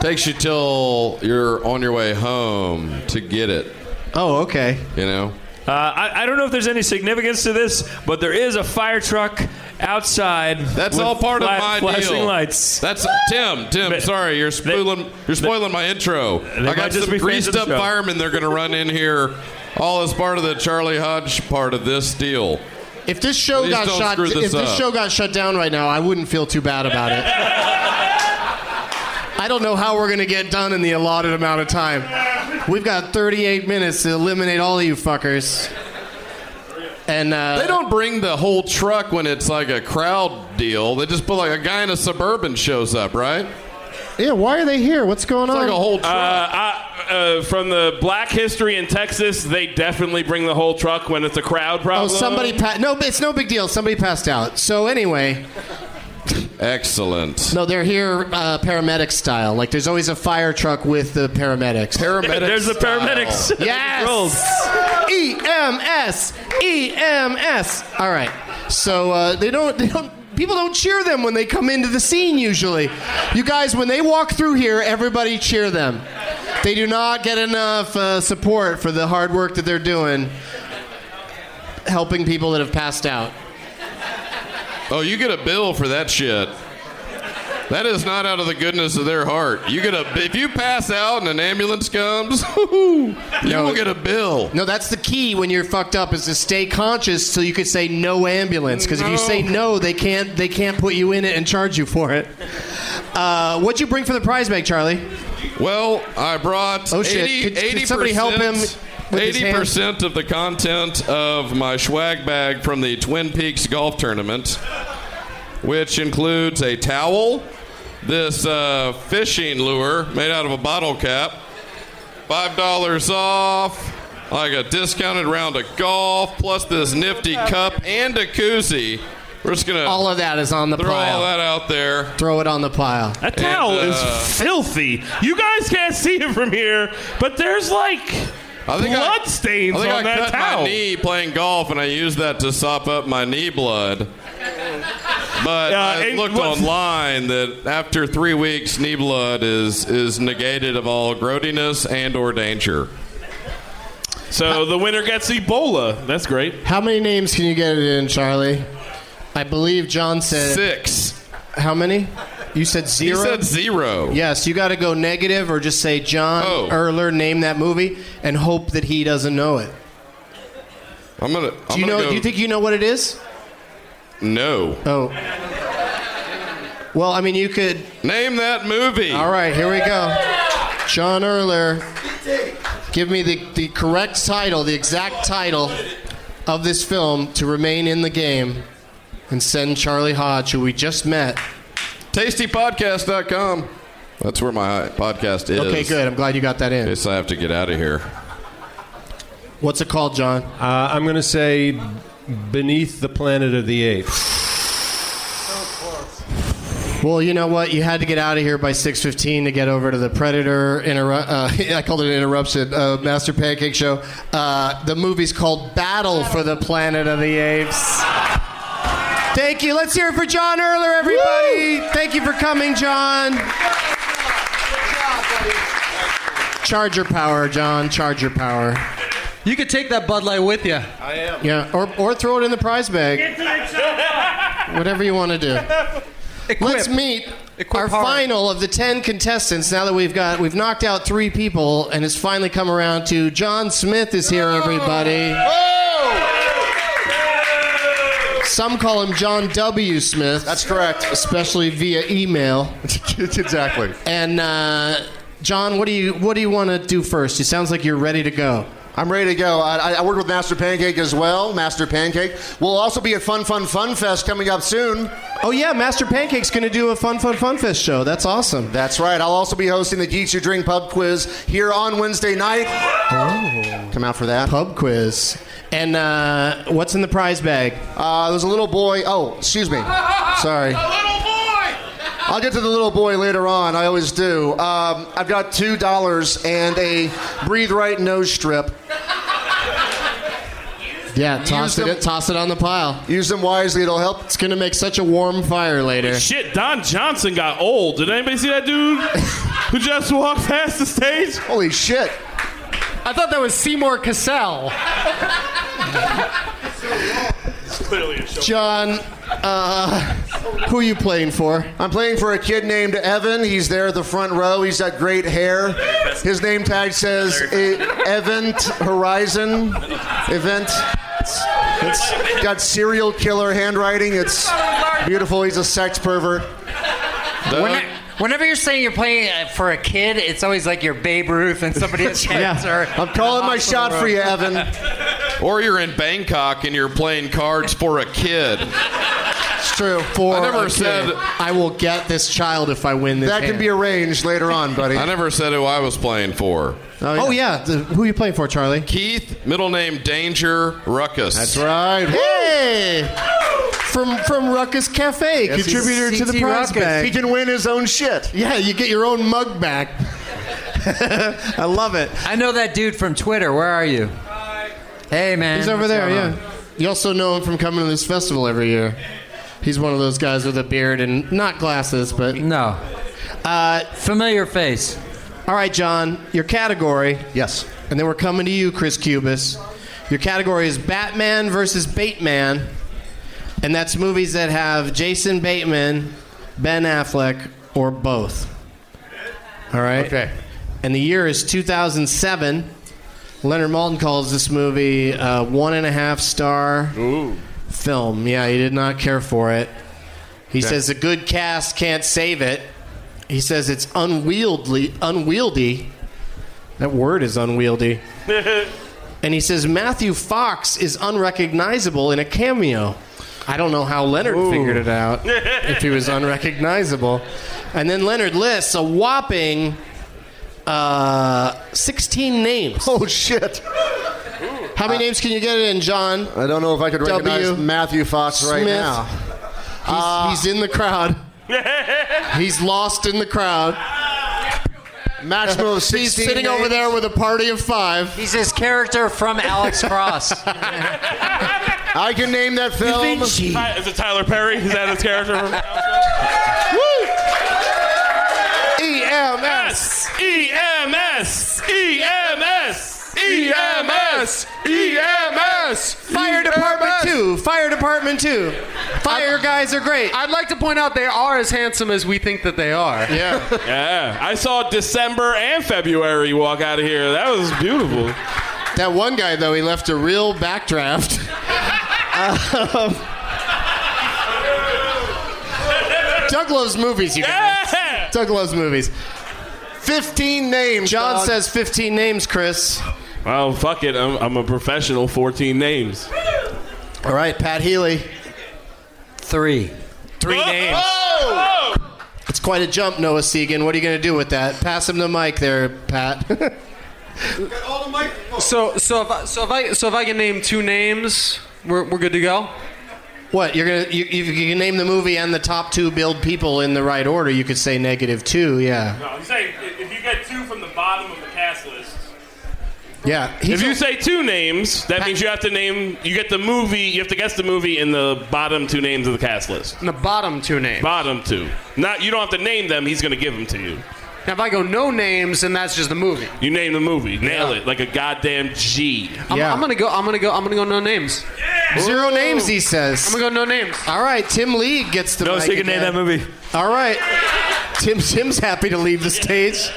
Takes you till you're on your way home to get it. Oh, okay. You know? Uh, I, I don't know if there's any significance to this, but there is a fire truck outside. That's with all part fla- of my flashing deal. lights. That's Tim. Tim, But sorry, you're spoiling. you're spoiling my intro. I might got just be some fans greased of the up show. firemen. They're gonna run in here. All as part of the Charlie Hodge part of this deal. If this show Please got don't shut, screw if this this up. show got shut down right now, I wouldn't feel too bad about it. I don't know how we're gonna get done in the allotted amount of time. We've got 38 minutes to eliminate all you fuckers. And uh, They don't bring the whole truck when it's like a crowd deal. They just put like a guy in a suburban shows up, right? Yeah, why are they here? What's going It's on? like a whole truck. Uh, I, uh, from the Black History in Texas, they definitely bring the whole truck when it's a crowd oh, problem. somebody. Pa- no, it's no big deal. Somebody passed out. So anyway, Excellent. no, they're here uh, paramedic style. Like there's always a fire truck with the paramedics. Paramedics. There's the style. (laughs) paramedics. Yes. E Rolls. EMS, EMS. E All right. So uh, they don't. They don't. People don't cheer them when they come into the scene usually. You guys, when they walk through here, everybody cheer them. They do not get enough uh, support for the hard work that they're doing, helping people that have passed out. Oh, you get a bill for that shit. That is not out of the goodness of their heart. You get a if you pass out and an ambulance comes, (laughs) you will get a bill. No, that's the key when you're fucked up is to stay conscious so you could say no ambulance. Because if you say no, they can't they can't put you in it and charge you for it. Uh, what'd you bring for the prize bag, Charlie? Well, I brought Oh, shit. 80, Could- could somebody help him with his Eighty percent of the content of my swag bag from the Twin Peaks golf tournament, which includes a towel, this uh, fishing lure made out of a bottle cap, five dollars off. Like a discounted round of golf, plus this nifty cup and a koozie. We're just gonna All of that is on the throw all pile. that out there. Throw it on the pile. That towel And, uh, is filthy. You guys can't see it from here, but there's like I think I- blood stains I think on I that cut towel. my knee playing golf, and I used that to sop up my knee blood. But Uh, I and looked what- online that after three weeks, knee blood is is negated of all growtiness and or danger. So the winner gets Ebola. That's great. How many names can you get it in, Charlie? I believe John said Six. how many? You said He zero. said zero. Yes, you got to go negative or just say John Oh. Erler, name that movie, and hope that he doesn't know it. I'm gonna. I'm Do you gonna know? Go, Do you think you know what it is? No. Oh. Well, I mean, you could. Name that movie. All right, here we go. John Erler. Give me the, the correct title, the exact title of this film to remain in the game and send Charlie Hodge, who we just met. Tastypodcast.com. That's where my podcast is. Okay, good. I'm glad you got that In in. case I have to get out of here. What's it called, John? Uh, I'm going to say Beneath the Planet of the Apes. Well, you know what? You had to get out of here by 6:15 to get over to the Predator. Interru- uh, (laughs) I called it an interruption. Uh, Master Pancake Show. Uh, the movie's called Battle for the Planet of the Apes. Thank you. Let's hear it for John Erler, everybody. Thank you for coming, John. Charger power, John. Charger power. You could take that Bud Light with you. Yeah, or, or throw it in the (laughs) prize bag. Whatever you want to (laughs) do. Let's meet Equip our hard. final of the ten contestants. Now that we've got we've knocked out three people, and it's finally come around to John Smith is here, everybody. Some call him John W. Smith. That's correct, especially via (laughs) email. exactly. And uh, John, what do you what do you want to do first? It sounds like you're ready to go. I'm ready to go. I, I worked with Master Pancake as well. Master Pancake. We'll also be at Fun Fun Fun Fest coming up soon. Oh yeah, Master Pancake's going to do a fun, fun, fun fest show. That's awesome. That's right. I'll also be hosting the Geeks Who Drink Pub Quiz here on Wednesday night. Come out for that Oh. pub quiz. And uh, what's in the prize bag? Uh, there's a little boy. Oh, excuse me. Sorry. A little boy. I'll get to the little boy later on. I always do. Um, I've got two dollars and a breathe right nose strip. Yeah, toss Use it, them- toss it on the pile. Use them wisely. It'll help. It's going to make such a warm fire later. (laughs) Shit, Don Johnson got old. Did anybody see that dude who just walked past the (laughs) stage? Holy shit. I thought that was Seymour Cassell. Clearly (laughs) a show. John, uh, who are you playing for? I'm playing for a kid named Evan. He's there at the front row. He's got great hair. His name tag says e- Event Horizon. Event. It's got serial killer handwriting. It's beautiful. He's a sex pervert. Whenever, whenever you're saying you're playing uh, for a kid, it's always like you're Babe Ruth and somebody (laughs) else Yeah. I'm calling my shot for you, Evan. Or you're in Bangkok and you're playing cards for a kid. It's true. For I never a kid. said- I will get this child if I win this. That can hand. be arranged later on, buddy. I never said who I was playing for. Oh yeah, The- who are you playing for, Charlie? Keith, middle name Danger Ruckus. That's right. Hey, from from Ruckus Cafe, Yes, he's contributor to the CT prize Ruckus. bag. He can win his own shit. Yeah, you get your own mug back. (laughs) I love it. I know that dude from Twitter. Where are you? Hey man, He's over what's there, going yeah. on? You also know him from coming to this festival every year. He's one of those guys with a beard and not glasses, but no. Uh, Familiar face. All right, John, your category. Yes. And then we're coming to you, Chris Cubis. Your category is Batman versus Bateman, and that's movies that have Jason Bateman, Ben Affleck, or both. All right. Okay. And the year is 2007. Leonard Maltin calls this movie a one and a half star film. Yeah, he did not care for it. He says a good cast can't save it. He says it's unwieldy. Unwieldy. That word is unwieldy. and he says Matthew Fox is unrecognizable in a cameo. I don't know how Leonard figured it out if he was unrecognizable. And then Leonard lists a whopping uh, 16 names. Oh shit! How many names can you get in, John? I don't know if I could recognize W. Matthew Fox right Smith. now. He's, he's in the (laughs) crowd. he's lost in the crowd. Match (laughs) move He's 16 sitting over names. there with a party of five. He's his character from Alex Cross. (laughs) I can name that film. Ty- Is it Tyler Perry? Is that his (laughs) character? From- E EMS. E EMS! EMS! E E EMS! EMS! Fire department two. Fire department two. Fire guys are great. I'd like to point out they are as handsome as we think that they are. (laughs) Yeah. Yeah, I saw December and February walk out of here. That was beautiful. That one guy though, he left a real backdraft. um, Doug loves movies, you guys. Yeah! Doug loves movies. 15 names. John dog. says 15 names, Chris. Well, fuck it. I'm, I'm a professional. 14 names. All right, Pat Healy. Three. Three names. oh! It's quite a jump, Noah Segan. What are you going to do with that? Pass him the mic there, Pat. (laughs) So so if I, so if I so if I can name two names, we're, we're good to go. what you're gonna you, if you can name the movie and the top two build people in the right order, you could say negative two. Yeah, No, I'm saying if you get two from the bottom of the cast list. yeah. He's If you a- say two names, that means you have to name, you get the movie, you have to guess the movie in the bottom two names of the cast list. And the bottom two names. Bottom two. Not You don't have to name them, he's going to give them to you. Now if I go no names, then that's just the movie. You name the movie, nail it like a goddamn G. I'm, Yeah. I'm gonna go. I'm gonna go. I'm gonna go no names. zero names, he says. I'm gonna go no names. All right, Tim Lee gets the No, mic so you can name that again. movie. All right, Tim Tim's happy to leave the stage. (laughs)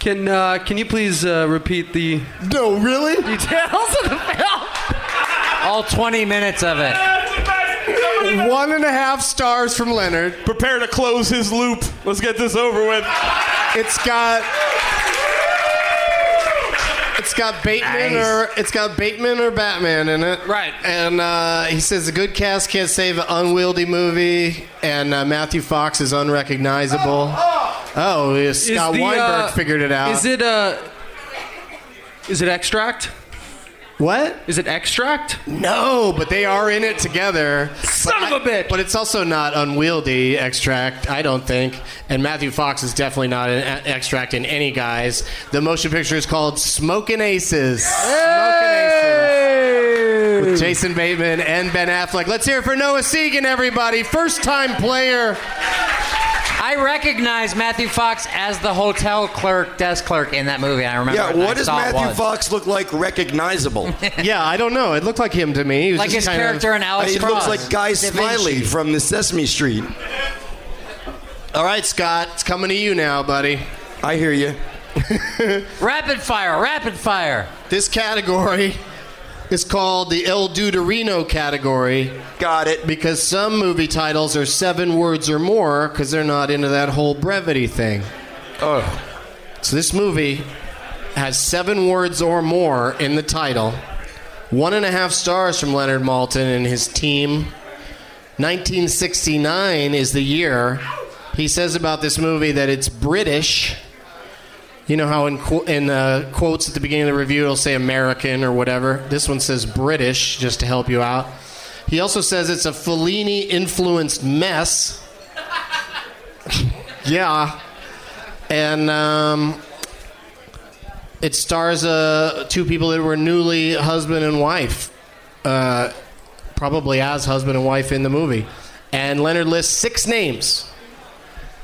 Can uh, can you please uh, repeat the No, really? details of the film? All 20 minutes of it. One and a half stars from Leonard. Prepare to close his loop. Let's get this over with. It's got. It's got Bateman Nice. or it's got Bateman or Batman in it. Right. And uh, he says a good cast can't save an unwieldy movie, and uh, Matthew Fox is unrecognizable. Oh, yeah, Scott the, Weinberg uh, figured it out. Is it uh, is it extract? What is it? Extract? No, but they are in it together. Son of a bitch! But it's also not unwieldy extract, I don't think. And Matthew Fox is definitely not an e- extract in any guise. The motion picture is called Smoking Aces. Smoking Aces. With Jason Bateman and Ben Affleck. Let's hear it for Noah Segan, everybody. First time player. I recognize Matthew Fox as the hotel clerk, desk clerk in that movie. I remember. yeah, it, and I what does saw it Matthew was. Fox look like recognizable? (laughs) yeah, I don't know. It looked like him to me. He was Like just his kind of- character in Alex He looks Cross. like Guy Da Vinci. Smiley from the Sesame Street. All right, Scott, it's coming to you now, buddy. I hear you. (laughs) rapid fire, rapid fire. This category is called the El Duderino category. Got it. Because some movie titles are seven words or more because they're not into that whole brevity thing. Oh. So this movie has seven words or more in the title. One and a half stars from Leonard Maltin and his team. 1969 is the year. He says about this movie that it's British. You know how in, qu- in uh, quotes at the beginning of the review it'll say American or whatever. This one says British, just to help you out. He also says it's a Fellini influenced mess. (laughs) yeah. And um, it stars uh, two people that were newly husband and wife, uh, probably as husband and wife in the movie. And Leonard lists six names.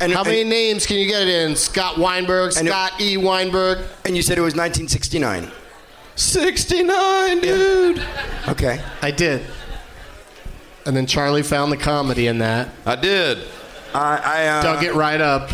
And how many names can you get it in? Scott Weinberg, And it- Scott E. Weinberg. And you said it was 1969. 69, dude. Okay. I did. And then Charlie found the comedy in that. I did. I, I uh, Dug it right up.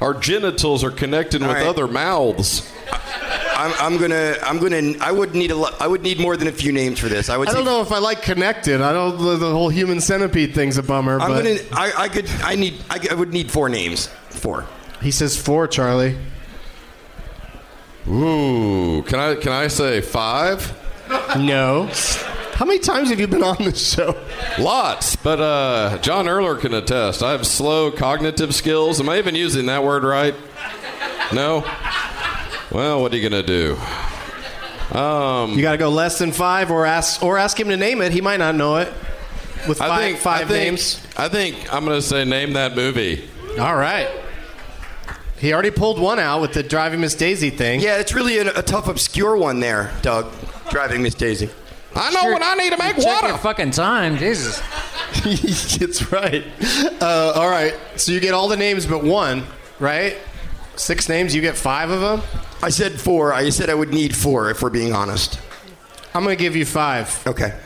Our genitals are connected with right. other mouths. I'm, I'm gonna. I'm gonna. I would need a. Lo- I would need more than a few names for this. I would. I don't say- know if I like connected. I don't. The, the whole human centipede thing's a bummer. I'm but gonna. I, I could. I need. I, could- I would need four names. Four. he says four, Charlie. Ooh, can I can I say five? No. How many times have you been on this show? Lots, but uh, John Erler can attest. I have slow cognitive skills. Am I even using that word right? No. Well, what are you gonna do? Um, You got to go less than five, or ask or ask him to name it. He might not know it. With five, five names. I think I'm gonna say name that movie. All right. He already pulled one out with the driving Miss Daisy thing. Yeah, it's really a, a tough, obscure one there, Doug. Driving Miss Daisy. I know when I need to make Check water. your fucking time, Jesus. (laughs) That's right. Uh, all right. So you get all the names but one, right? Six names. You get five of them. I said four. I said I would need four if we're being honest. I'm gonna give you five. Okay.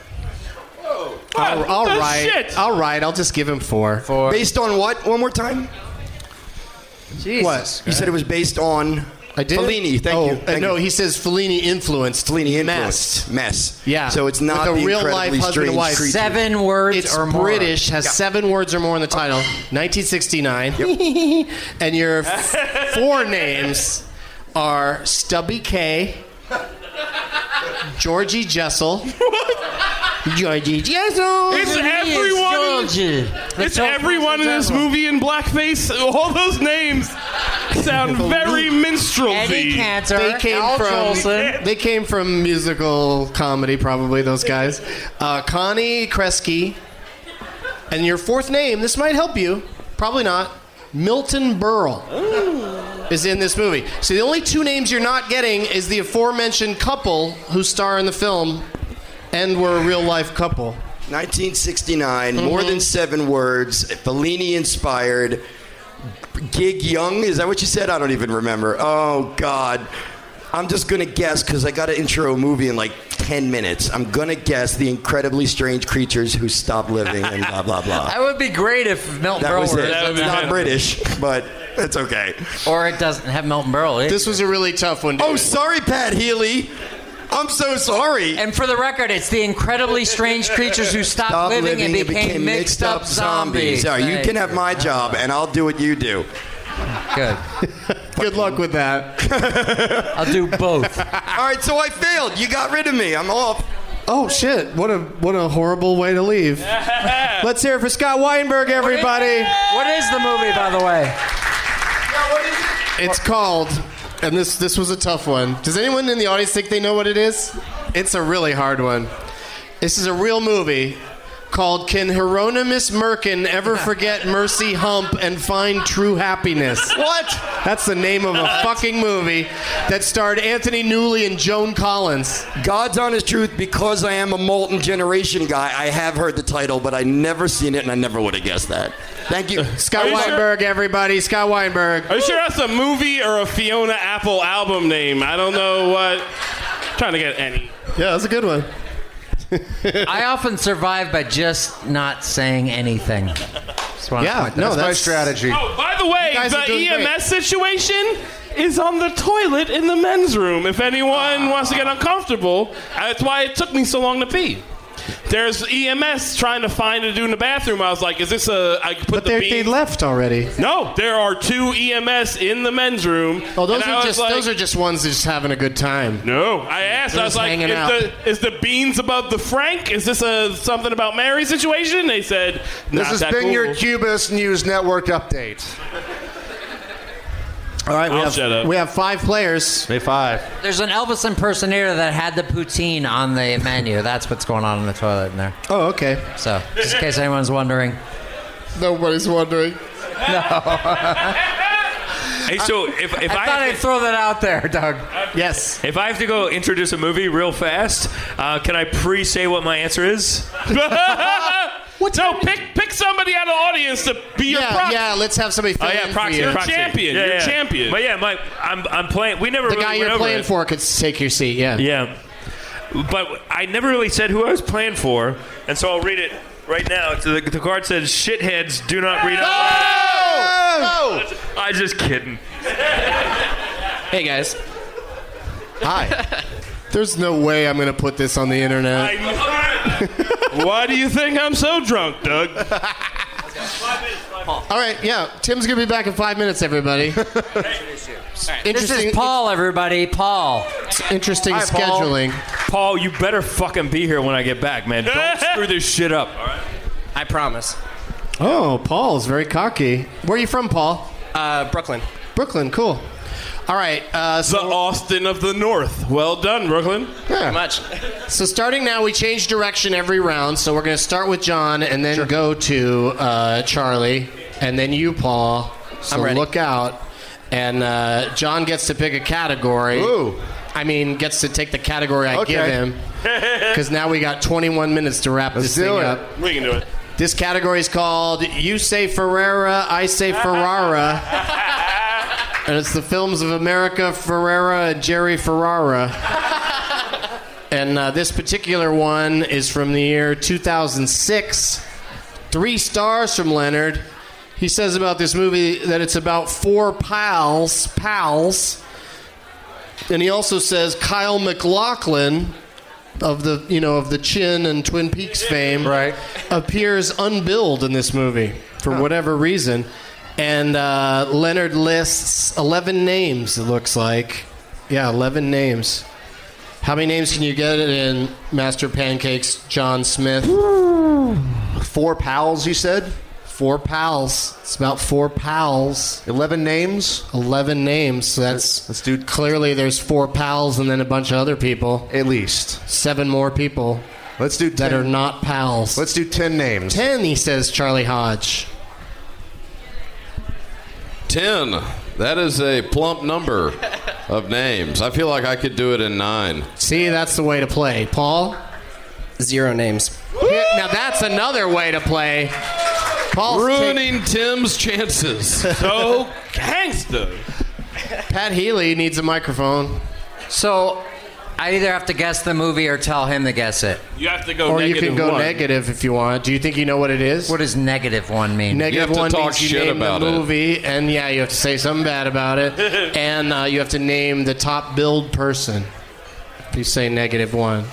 All- all the right. shit? All right. I'll just give him four. Four. Based on what? One more time. What? You said it was based on. I did. Fellini. Thank oh, you. uh, Thank no, you. he says Fellini influenced. Fellini Mess. influenced mess. Yeah. So it's not With a the real incredibly life husband strange and wife. creature. Seven words It's or more. British, has Yeah. Uh, seven words or more in the title. 1969. (laughs) and your f- four names are Stubby K, Georgie (laughs) Jessel. Georgie Jessel. It's everyone. It's everyone in this movie in blackface. All those names (laughs) sound very Eddie minstrelsy. Cantor, They came Al from Jolson. they came from musical comedy, probably those guys. Uh, Connie Kresge, and your fourth name. This might help you. Probably not. Milton Berle is in this movie. So the only two names you're not getting is the aforementioned couple who star in the film and were a real life couple. 1969, more Mm-hmm. than seven words, Fellini inspired, Gig Young, is that what you said? I don't even remember. Oh, God. I'm just going to guess because I got to intro a movie in like 10 minutes. I'm going to guess the incredibly strange creatures who stop living and blah, blah, (laughs) blah. That would be great if Milton That Berle was were it. in It's that not movie. British, but it's okay. Or it doesn't have Milton Berle. eh? This was a really tough one. dude. Oh, sorry, Pat Healy. I'm so sorry. and for the record, it's the incredibly strange creatures who stopped Stop living, living and became mixed up zombies. Sorry, you Thank can have my job, and I'll do what you do. Good. Good luck with (laughs) that. I'll do both. (laughs) All right, so I failed. You got rid of me. I'm off. Oh shit! What a what a horrible way to (laughs) leave. Let's hear it for Scott Weinberg, everybody. What is the movie, by the way? It's called, and this this was a tough one. Does anyone in the audience think they know what it is? It's a really hard one. This is a real movie called "Can Hieronymus Merkin Ever Forget Mercy Hump and Find True Happiness?" What? That's the name of a fucking movie that starred Anthony Newley and Joan Collins. God's honest truth, because I am a molten generation guy, I have heard the title, but I never seen it, and I never would have guessed that. Thank you, Scott Weinberg, everybody. Scott Weinberg. Are you sure that's a movie or a Fiona Apple album name? I don't know what. trying to get any. Yeah, that's a good one. I often survive by just not saying anything. Just wanna Yeah, point that no, out. that's my strategy. Oh, by the way, You guys are the doing EMS situation is on the toilet in the men's room. If Ah. anyone wants to get uncomfortable, that's why it took me so long to pee. There's EMS trying to find a dude in the bathroom. I was like, "Is this a?" I put But the they bean. they left already. no, there are two EMS in the men's room. Oh, those And I are was just like- those are just ones that's just having a good time. No, I asked. They're I was just like, hanging is out. the, "Is the beans above the Frank? Is this a something about Mary situation?" They said, "Not This has that been cool." your Cubist News Network update. All right, we I'll have shut up. we have five players. May five. There's an Elvis impersonator that had the poutine on the menu. That's what's going on in the toilet in there. Oh, okay. So, just in case anyone's wondering. Nobody's wondering. (laughs) Hey, so if, if I, I, thought have I'd to- throw that out there, Doug. Yes. if I have to go introduce a movie real fast, uh, can I pre-say what my (laughs) answer is? no, pick pick somebody out of the audience to be your Yeah, proxy. yeah. Let's have somebody. Fill Oh in yeah, for proxy. you. proxy. champion, Yeah, you're yeah. champion. But yeah, my I'm I'm playing. We never The really guy went you're over playing it. for could take your seat. Yeah. Yeah, but I never really said who I was playing for, and so I'll read it right now. So the, the card says, "Shitheads, do not read." out Oh! loud." I'm just kidding. Hey guys. Hi. There's no way I'm gonna put this on the internet. (laughs) Why do you think I'm so drunk, (laughs) Doug? All right. Yeah. Tim's gonna be back in five minutes. Everybody. This (laughs) interesting. is Paul, everybody. Paul. Interesting Hi, Paul. scheduling. Paul, you better fucking be here when I get back, man. (laughs) Don't screw this shit up. All right. I promise. Oh, Paul's very cocky. Where are you from, Paul? Uh, Brooklyn. Brooklyn. Cool. All right. Uh, The so, Austin of the North. Well done, Brooklyn. yeah. Much. So starting now, we change direction every round. So we're going to start with John, and then go to uh, Charlie, and then you, Paul. So I'm ready. look out. And uh, John gets to pick a category. Ooh. I mean, gets to take the category I Okay. (laughs) give him. Because now we got 21 minutes to wrap this do thing it. up. We can do it. This category is called You Say Ferrera, I Say Ferrara. and it's the films of America, Ferrera, and Jerry Ferrara. and uh, this particular one is from the year 2006. Three stars from Leonard. He says about this movie that it's about four pals, pals. And he also says Kyle McLaughlin of the you know of the Chin and Twin Peaks fame Right. appears unbilled in this movie for whatever reason, and uh, Leonard lists eleven names. It looks like, yeah, eleven names. How many names can you get it in Master Pancakes? John Smith. Four pals, you said? Four pals. It's about four pals. 11 names? 11 names. So that's Let's do- clearly there's four pals and then a bunch of other people. At least. Seven more people Let's do that are not pals. do 10 names. 10, he says, Charlie Hodge. Ten. That is a plump number of names. I feel like I could do it in nine. See, that's the way to play. Paul? Zero names. Here- now that's another way to play. Paul's take- Ruining Tim's (laughs) chances. So gangster. Pat Healy needs a microphone. So, I either have to guess the movie or tell him to guess it. You have to go Or you negative can go one. negative if you want. Do you think you know what it is? What does negative one mean? Negative You have to one talk means you shit name about the it. movie, and yeah, you have to say something bad about (laughs) it, and uh, you have to name the top billed person. If you say negative one,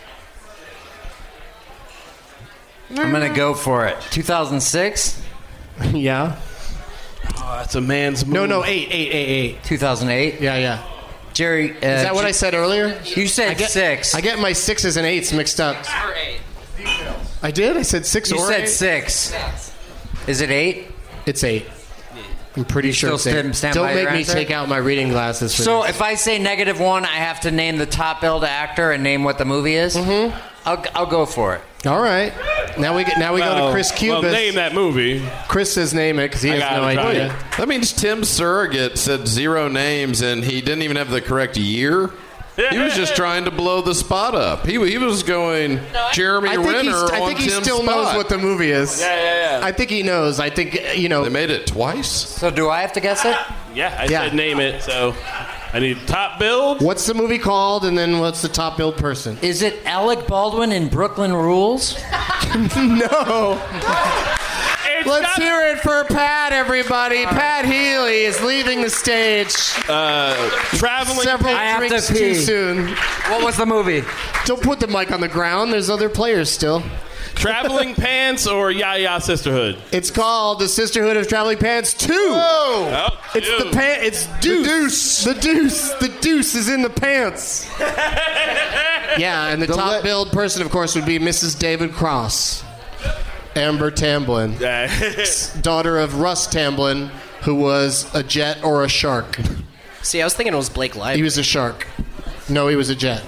(laughs) I'm going to go for it. 2006? yeah. Oh, That's a man's move. No, no, eight, eight, eight, eight. 2008. Yeah, yeah. Jerry, uh, is that what I said earlier? You said I get, six. I get my sixes and eights mixed up. Oh, I did. I said six. You or said eight. six. Is it eight? It's eight. I'm pretty You sure. still it's eight. stand- stand Don't by make your me answer? take out my reading glasses. For So this. if I say negative one, I have to name the top billed actor and name what the movie is. Mm-hmm. I'll, I'll go for it. all right, now we get now we go Well, to Chris well, Cubis. name that movie. Chris says name it because he I has got no it, got idea. it. That means Tim Surrogate said zero names and he didn't even have the correct year. He was just trying to blow the spot up. He, he was going Jeremy I think, Renner he's- I on think he Tim's still knows spot. what the movie is. Yeah, yeah, yeah. I think he knows. I think uh, you know. They made it twice. So do I have to guess it? Yeah, I Yeah. said name it. So I need top build. What's the movie called? And then what's the top billed person? Is it Alec Baldwin in Brooklyn Rules? (laughs) no. It's Let's not- hear it for Pat, everybody. Pat Healy is leaving the stage. Uh, Traveling. Several I have to drinks pee. too soon. What was the movie? Don't put the mic on the ground. There's other players still. (laughs) Traveling Pants or Ya Ya Sisterhood? It's called The Sisterhood of Traveling Pants 2. Oh, It's the dude. pant. It's deuce. The deuce. The deuce. The deuce is in the pants. yeah, and the, top le- billed person, of course, would be Mrs. David Cross, Amber Tamblyn, daughter of Russ Tamblyn, who was a jet or a shark. See, I was thinking it was Blake He Lively. was a shark. No, he was a jet.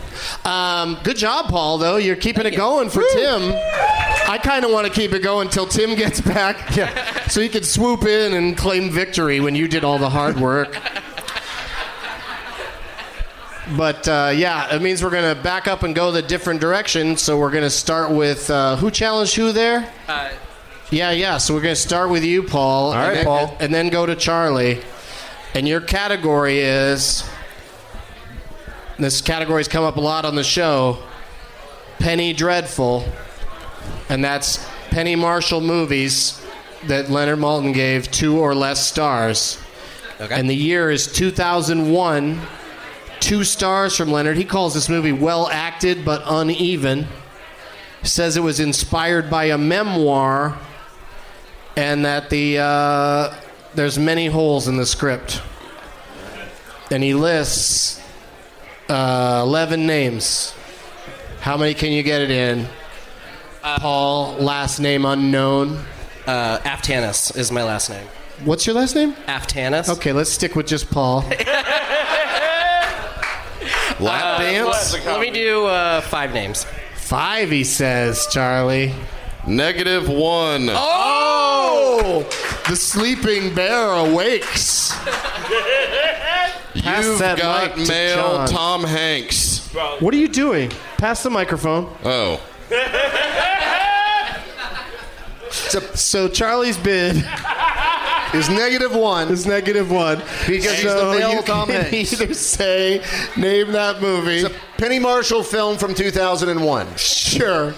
Um, good job, Paul. Though you're keeping it going for Tim. I kind of want to keep it going until Tim gets back, yeah. so he can swoop in and claim victory when you did all the hard work. But uh, yeah, it means we're gonna back up and go the different direction. So we're gonna start with uh, who challenged who there. Uh, Yeah, yeah. So we're going to start with you, Paul. All right, and then, Paul. And then go to Charlie. And your category is this category's come up a lot on the show Penny Dreadful. And that's Penny Marshall movies that Leonard Maltin gave two or less stars. Okay. And the year is 2001. Two stars from Leonard. He calls this movie well acted but uneven. Says it was inspired by a memoir and that the uh, there's many holes in the script. And he lists uh, 11 names. How many can you get it in? Paul, last name unknown. uh, Aftanis is my last name. What's your last name? Aftanis. Okay, let's stick with (laughs) just Paul. Lap dance? Uh, Let me do uh, five names. Five, he says, Charlie. Negative one. Oh! The sleeping bear awakes. Pass You've that got mic to male John. Tom Hanks. What are you doing? Pass the microphone. Oh. (laughs) So, so (laughs) Charlie's bid Is negative one. is negative one Because he's so the male uh, you Tom can (laughs) Hanks. either say name that movie. It's a Penny Marshall film from 2001. Sure.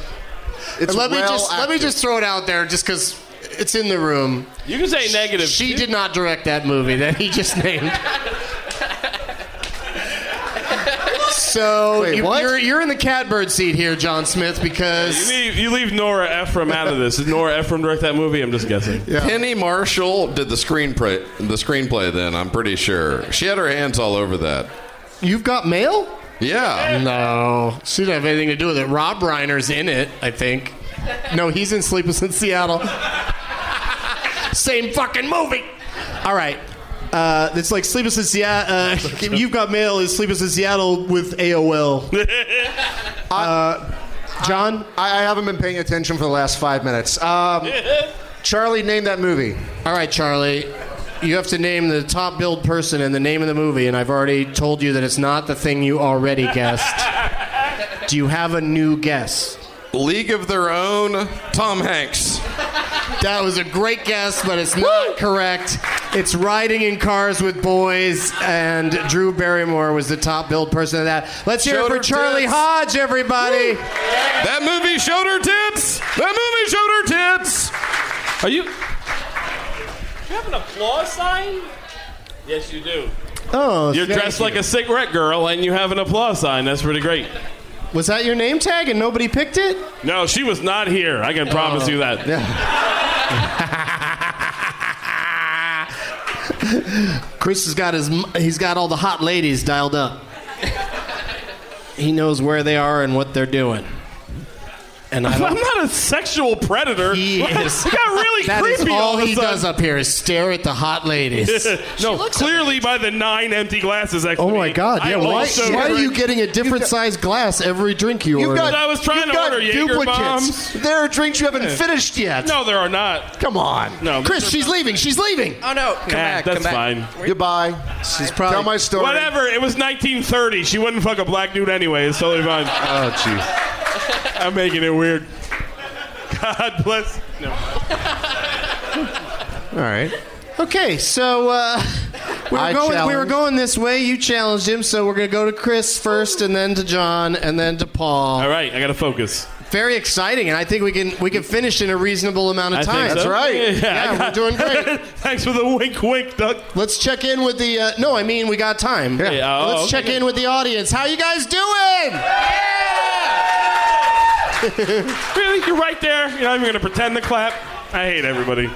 It's And let me well just let me acted. just throw it out there, just because it's in the room. You can say negative. She two. did not direct that movie that he just (laughs) named. so Wait, you, what? are you're in the catbird seat here, John Smith, You because leave, you leave Nora Ephraim out of this. Did Nora Ephraim direct that movie? I'm just guessing. Penny Marshall did the screenplay. The screenplay, then I'm pretty sure she had her hands all over that. you've got mail. Yeah, No, she didn't have anything to do with it. Rob Reiner's in it, I think. No, he's in Sleepless in Seattle. Same fucking movie. All right. Uh, it's like Sleepless in Seattle. Uh, (laughs) you've got mail is Sleepless in Seattle with (laughs) AOL. Uh, John, I, I haven't been paying attention for the last five minutes. Um, Charlie, name that movie. All right, Charlie. You have to name the top billed person and the name of the movie, and I've already told you that it's not the thing you already guessed. Do you have a new guess? League of Their Own. Tom (laughs) Hanks. That was a great guess, but it's not correct. It's Riding in Cars with Boys, and Drew Barrymore was the top billed person of that. Let's hear Shoulder it for Charlie tits. Hodge, everybody. That movie showed her tits. That movie showed her tits. Are you? Do you have an applause sign? Yes, you do. Oh, You're thank dressed you. like a cigarette girl, and you have an applause sign. That's pretty great. Was that your name tag and nobody picked it? No, she was not here. Oh. I can promise you that. Chris has got his he's got all the hot ladies dialed up. he knows where they are and what they're doing. And (laughs) I I'm don't, not a sexual Oh, predator. (laughs) He is. It got really That is creepy all all of a he sudden. does up here is stare at the hot ladies. (laughs) no, clearly by the nine empty glasses. Actually, Oh my God! Yeah, I why, also why are drink- you getting a different size glass every drink you You've order? got- I was trying You've to got order Jaeger duplicates. bombs. There are drinks you haven't Yeah. finished yet. No, there are not. Come on. No, Chris, they're she's not. leaving. She's leaving. Oh no! Come Nah, back, come that's back. fine. Goodbye. She's probably tell my story. Whatever. It was 1930. She wouldn't fuck a black dude anyway. It's totally fine. Oh jeez. (laughs) I'm making it weird. God bless. No. All right. Okay, so uh, (laughs) we were I going we were challenge. going this way. You challenged him, so we're gonna go to Chris first, and then to John, and then to Paul. All right, I gotta focus. Very exciting, and I think we can we can finish in a reasonable amount of I think time. so. That's right. Yeah, Yeah, I we're got- doing great. (laughs) Thanks for the wink, wink, Doug. Let's check in with the. Uh, no, I mean we got time. Yeah, oh, Let's okay. check in with the audience. How you guys doing? (laughs) really, you're right there. You're not even gonna pretend to clap. I hate everybody.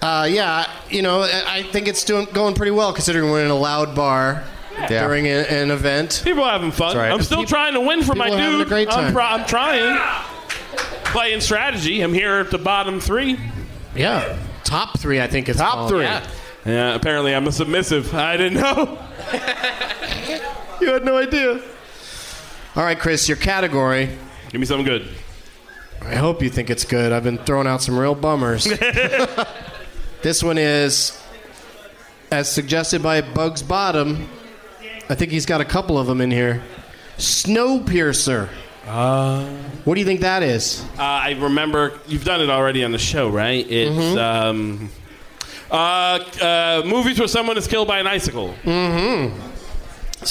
Uh, yeah, you know I I think it's doing going pretty well considering we're in a loud bar Yeah. during a, an event. People are having fun. I'm still trying to win for my people are dude. having a great I'm, time. pro- I'm trying. Playing strategy. I'm here at the bottom three. Yeah, top three. I think it's Top called. three. Yeah. Yeah, apparently I'm a submissive. (laughs) I didn't know. You had no idea. All right, Chris, your category. Give me something good. I hope you think it's good. I've been throwing out some (laughs) real bummers. this one is, as suggested by Bugs Bottom, I think he's got a couple of them in here. Snowpiercer. Uh, what do you think that is? Uh, I remember you've done it already on the show, right? It's Mm-hmm. um, uh, uh, movies where someone is killed by an icicle. Mm hmm.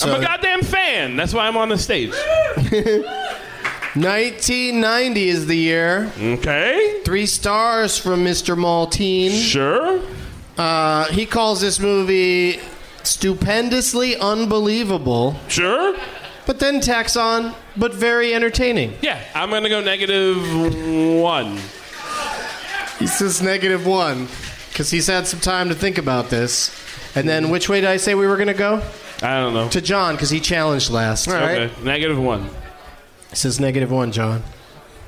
I'm a goddamn fan. That's why I'm on the stage. 1990 is the year. Okay. Three stars from Mr. Maltine. Sure. Uh, he calls this movie stupendously unbelievable. Sure. But then tacks on, but very entertaining. Yeah, I'm gonna go negative one. He says negative one because he's had some time to think about this. And then which way did I say we were going to go? I don't know. To John because he challenged last. All right. Okay, negative one. He says negative one, John.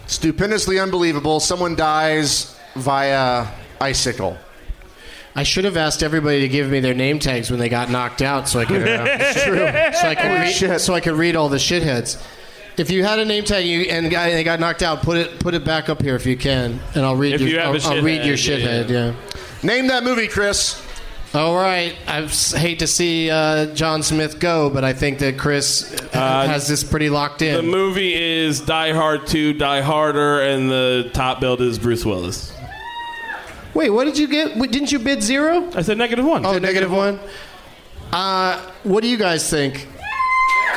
Stupendously unbelievable. Someone dies via icicle. I should have asked everybody to give me their name tags when they got knocked out so I could, (laughs) It's so, I (laughs) could read, so I could read all the shitheads. If you had a name tag you, and the guy they got knocked out, put it put it back up here if you can, and I'll read If your you have I'll, a I'll read shithead, your yeah, shithead. yeah. Yeah. Name that movie, Chris. All right. I s- hate to see uh, John Smith go, but I think that Chris uh, has this pretty locked in. The movie is Die Hard 2, Die Harder, and the top build is Bruce Willis. Wait, what did you get? Wait, Didn't you bid zero? I said negative one. Oh, negative one. Uh, what do you guys think?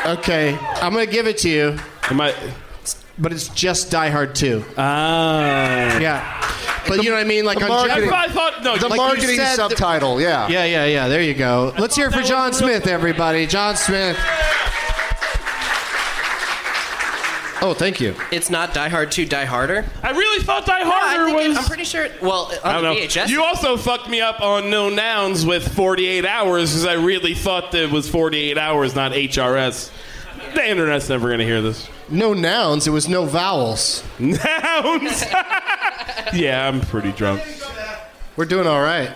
Okay, I'm gonna give it to you. Am I? But it's just Die Hard Two. Ah. Yeah. But you know what I mean? Like the on marketing, Jeopardy- the Like you marketing said, the- subtitle. yeah. Yeah, yeah, yeah. There you go. Let's hear it for John Smith, everybody. John Smith. Oh, thank you. It's not Die Hard 2, Die Harder. I really thought Die Harder was. I'm pretty sure. Well, on I don't know. the VHS. You also fucked me up on no nouns with 48 hours because I really thought that it was 48 hours, not HRS. The internet's never gonna (laughs) hear this. No nouns. It was no vowels. Nouns. Yeah, I'm pretty drunk. We're doing all right.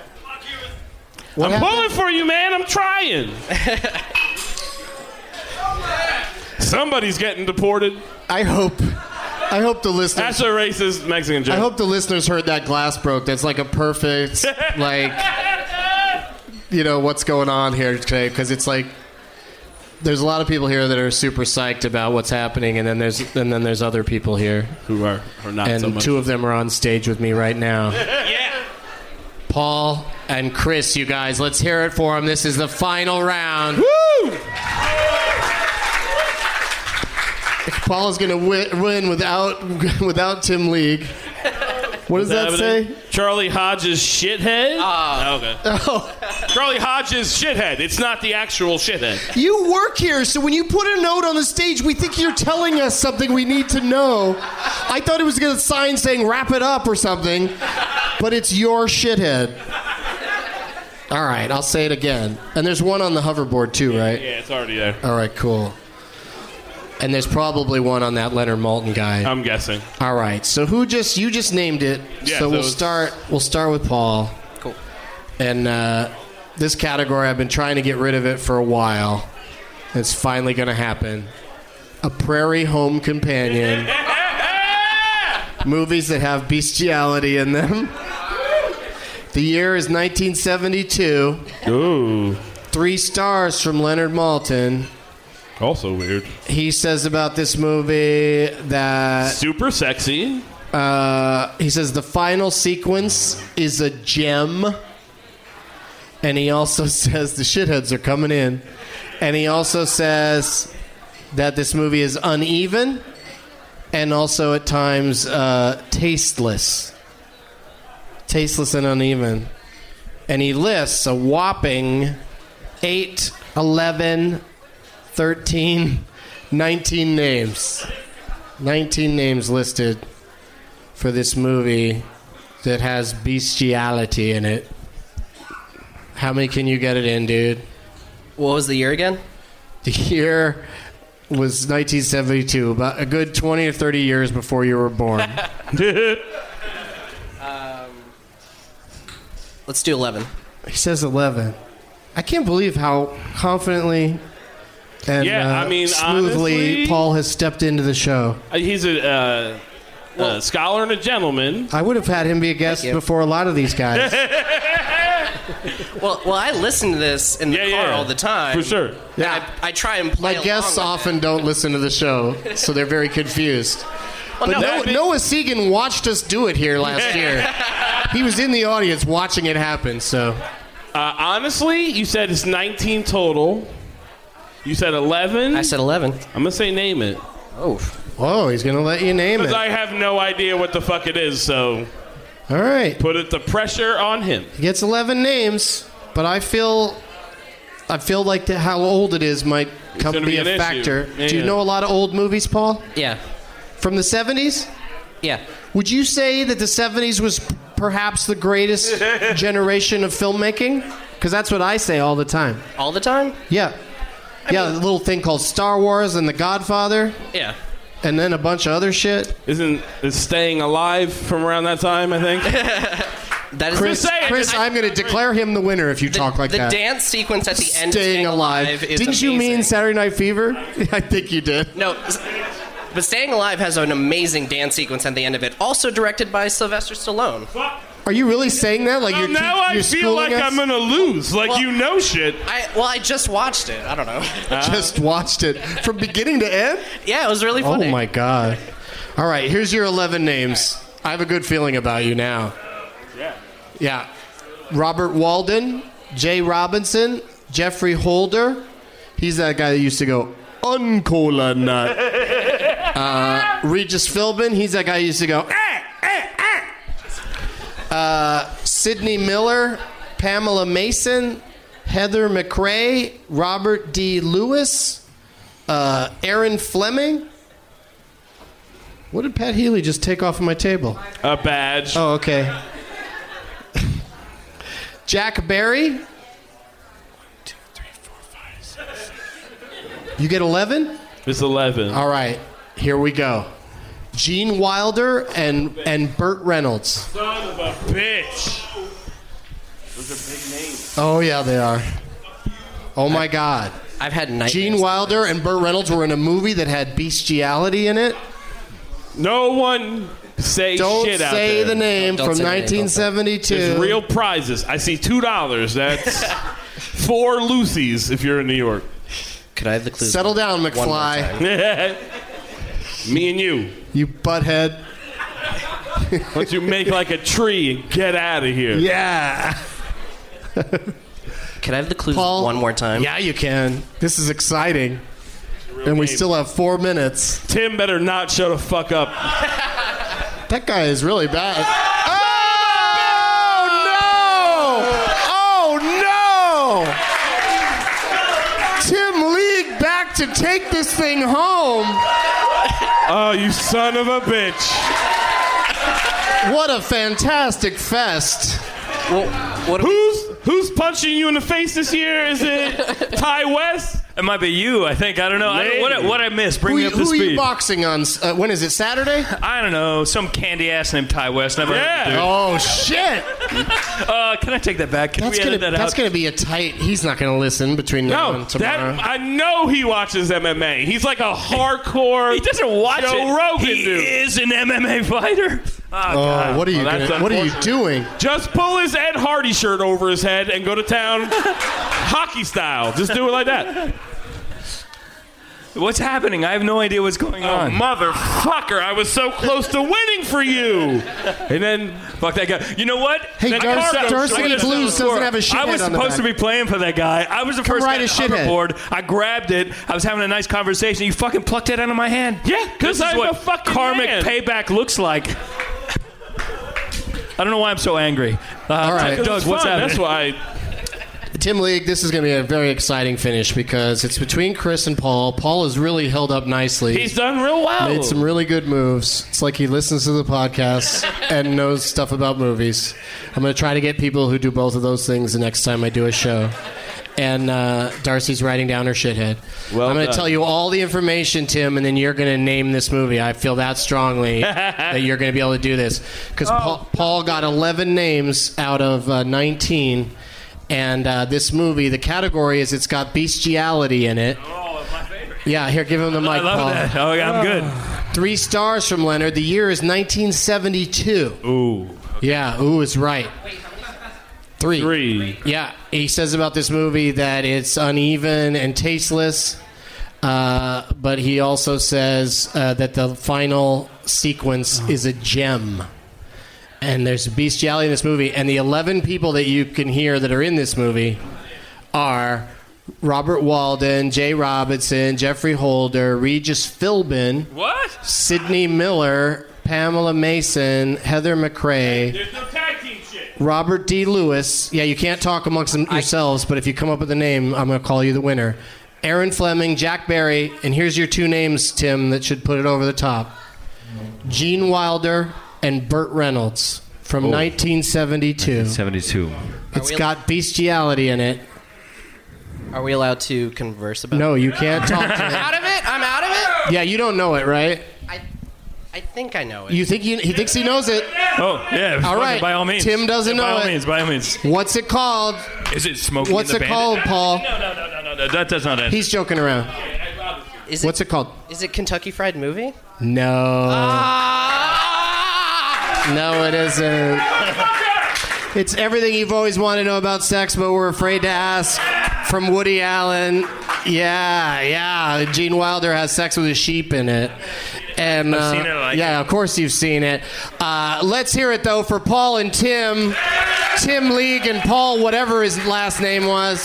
I'm What happened? pulling for you, man. I'm trying. Somebody's getting deported. I hope. I hope the listeners. That's a racist Mexican joke. I hope the listeners heard that glass broke. That's like (laughs) a perfect, like, you know, what's going on here today? Because it's like there's a lot of people here that are super psyched about what's happening, and then there's and then there's other people here who are or not. And so much. two of them are on stage with me (laughs) right now. yeah. Paul and Chris, you guys, let's hear it for them. This is the final round. Woo! Paul is going to win, win without (laughs) without Tim League. What does that say? Charlie Hodges shithead. Ah, okay. (laughs) Oh. Charlie Hodges shithead. It's not the actual shithead. You work here, so when you put a note on the stage, we think you're telling us something we need to know. I thought it was going to sign saying "wrap it up" or something, but it's your shithead. All right, I'll say it again. And there's one on the hoverboard too, right? Yeah, it's already there. All right, cool. And there's probably one on that Leonard Malton guy. I'm guessing. All right. So who just you just named it? Yeah, so so we'll it's- start we'll start with Paul. Cool. And uh, this category, I've been trying to get rid of it for a while. It's finally going to happen. A prairie home (laughs) companion. movies that have bestiality in them. The year is 1972. Ooh. Three stars from Leonard Maltin. Also weird. He says about this movie that. Super sexy. Uh, he says the final sequence is a gem. And he also (laughs) says the shitheads are coming in. And he also says that this movie is uneven and also at times uh, tasteless. Tasteless and uneven. And he lists a whopping 8, 11, 13, 19 names. 19 names listed for this movie that has bestiality in it. How many can you get it in, dude? What was the year again? The year was 1972, about a good 20 or 30 years before you were born. (laughs) Um, let's do 11. he says 11. I can't believe how confidently and Yeah, uh, I mean, smoothly honestly- Paul has stepped into the show. Uh, He's a, uh, a scholar and a gentleman. I would have had him be a guest you. before a lot of these guys. (laughs) (laughs) Well, well, I listen to this in the car all the time. For sure. Yeah. I, I try and play My guests along often don't listen to the show, so they're (laughs) very confused. Oh, Well, but no, Noah, I mean- Noah Segan watched us do it here last year. he was in the audience watching it happen, so. Uh, honestly, you said it's 19 total. You said 11. I said 11. I'm going to say name it. Oh. Whoa, he's going to let you name it. Because I have no idea what the fuck it is, so All right. put it the pressure on him. He gets 11 names, but I feel. I feel like the, how old it is might come gonna be, be a an issue. factor. Yeah, Do you yeah. know a lot of old movies, Paul? with- Yeah. From the 70s? Yeah. Would you say that the 70s was p- perhaps the greatest generation of filmmaking? Because that's what I say all the time. All the time? Yeah. yeah, the little thing called Star Wars and The Godfather, Yeah. and then a bunch of other shit. Isn't is staying alive from around that time? I think. that is Chris, Chris I'm going to declare him the winner if you talk like the that. dance sequence at the end of Staying alive. is Didn't you mean Saturday Night Fever? (laughs) I think you did. No, s- but Staying Alive has an amazing dance sequence at the end of it, also directed by Sylvester Stallone. Are you really saying that? Like you're, Oh, now I you're feel schooling like us? I'm gonna lose. Like Well- you know shit. I well, I just watched it. I (laughs) don't know. Just watched it from beginning to end. yeah, it was really Oh funny. my god! All right, here's your 11 names. I have a good feeling about you now. Yeah. Yeah. Robert Walden, Jay Robinson, Jeffrey Holder. He's that guy that used to go, Uncola Nut. (laughs) Uh, Regis Philbin. He's that guy who used to go, "Ah, ah, ah." Uh, Sidney Miller, Pamela Mason, Heather McRae, Robert D. Lewis, uh, Aaron Fleming. What did Pat Healy just take off of my table? A badge. Oh, okay. Jack Barry. You get 11? It's 11. All right, here we go. Gene Wilder and and Burt Reynolds. Son of a bitch. Those are big names. Oh yeah, they are. Oh my God. I've had Gene Wilder and Burt Reynolds were in a movie that had bestiality in (laughs) it. No one say Don't shit out say there. the name Don't- don't from say the name, don't say- 1972. There's real prizes. I see two dollars. (laughs) That's four Lucy's if you're in New York. Could I have the clues? Settle down, One more McFly. (laughs) Me and you. You butthead. Once you make like a tree and get out of here. Yeah. Can I have the clues Paul- one more time? Yeah, you can. This is exciting. And we game. still have four minutes. Tim better not shut the fuck up. That guy is really bad. Oh no! Oh no! Tim League back to take this thing home. Oh, you son of a bitch. What a fantastic fest. Well, what Who's Who's punching you in the face this year? Is (laughs) it Ty West? It might be you. I think I don't know. I don't, what, what I missed? Bring who, me you- up to who are speed. you boxing on? Uh, when is it? Saturday? I don't know. Some candy ass named Ty West. Never heard Yeah. of Oh shit. the dude. (laughs) Uh, can I take that back? Can we That's gonna edit that that's out? gonna be a tight. He's not gonna listen between now No, and tomorrow. that I know he watches MMA. He's like a hardcore. he doesn't watch Joe it. Rogan He dude. is an MMA fighter. oh, what are you? Oh, that's gonna, what are you unfortunate. doing? Just pull his Ed Hardy shirt over his head and go to (laughs) town, hockey style. Just do it like that. What's happening? I have no idea what's going on. Oh, Motherfucker! I was so close to winning for you. And then fuck that guy. You know what? Hey, That Durs- Cargo Dursley shit is Blues on the doesn't have a floor. I shithead was on the supposed to back. be playing for that guy. I was the Come first ride guy his on the shithead. board. I grabbed it. I was having a nice conversation. You fucking plucked it out of my hand. Yeah, This 'cause is I'm what a fucking karmic man. payback looks like. I don't know why I'm so angry. Uh, All right. Doug, what's happening? That's why. Tim League, this is going to be a very exciting finish because it's between Chris and Paul. Paul has really held up nicely. He's done real well. Made some really good moves. It's like he listens to the podcast and knows stuff about movies. I'm going to try to get people who do both of those things the next time I do a show. And uh, Darcy's writing down her shithead. Well I'm going to done. tell you all the information, Tim, and then you're going to name this movie. I feel (laughs) that strongly that you're going to be able to do this because Oh. Paul, Paul got 11 names out of uh, 19. And uh, this movie, the category is it's got bestiality in it. Oh, Yeah, here, give him the mic. I love Paul. that. Oh, yeah, I'm good. Three stars from Leonard. The year is 1972. Ooh. Yeah, ooh is right. Three. Three. Yeah, he says about this movie that it's uneven and tasteless, uh, but he also says uh, that the final sequence is a gem. And there's bestiality in this movie, and the 11 people that you can hear that are in this movie are Robert Walden, Jay Robinson, Jeffrey Holder, Regis Philbin. What? Sydney Miller, Pamela Mason, Heather McRae, There's no tag team shit. Robert D. Lewis. Yeah, you can't talk amongst them yourselves, but if you come up with a name, I'm going to call you the winner. Aaron Fleming, Jack Barry, and here's your two names, Tim, that should put it over the top Gene Wilder and Burt Reynolds from 1972. 72. It's got bestiality in it. Are we allowed to converse about No, it? you can't (laughs) talk to I'm him. out of it. I'm out of it. Yeah, you don't know it, right? I think I know it. You think you, he thinks he knows it. Oh, yeah. All fucking right. By all means. Tim doesn't Yeah, know By all it. means, by all means. What's it called? Is it Smokey What's and it the called, Bandit? Paul? No, no, that does not end. He's joking around. Is What's it called? Is it Kentucky Fried Movie? No. Ah! No, it isn't. It's everything you've always wanted to know about sex, but we're afraid to ask. From Woody Allen. Yeah, yeah. Gene Wilder has sex with a sheep in it. And I've uh, seen it, I like yeah, of course you've seen it. Uh, let's hear it though for Paul and Tim, Tim League and Paul, whatever his last name was,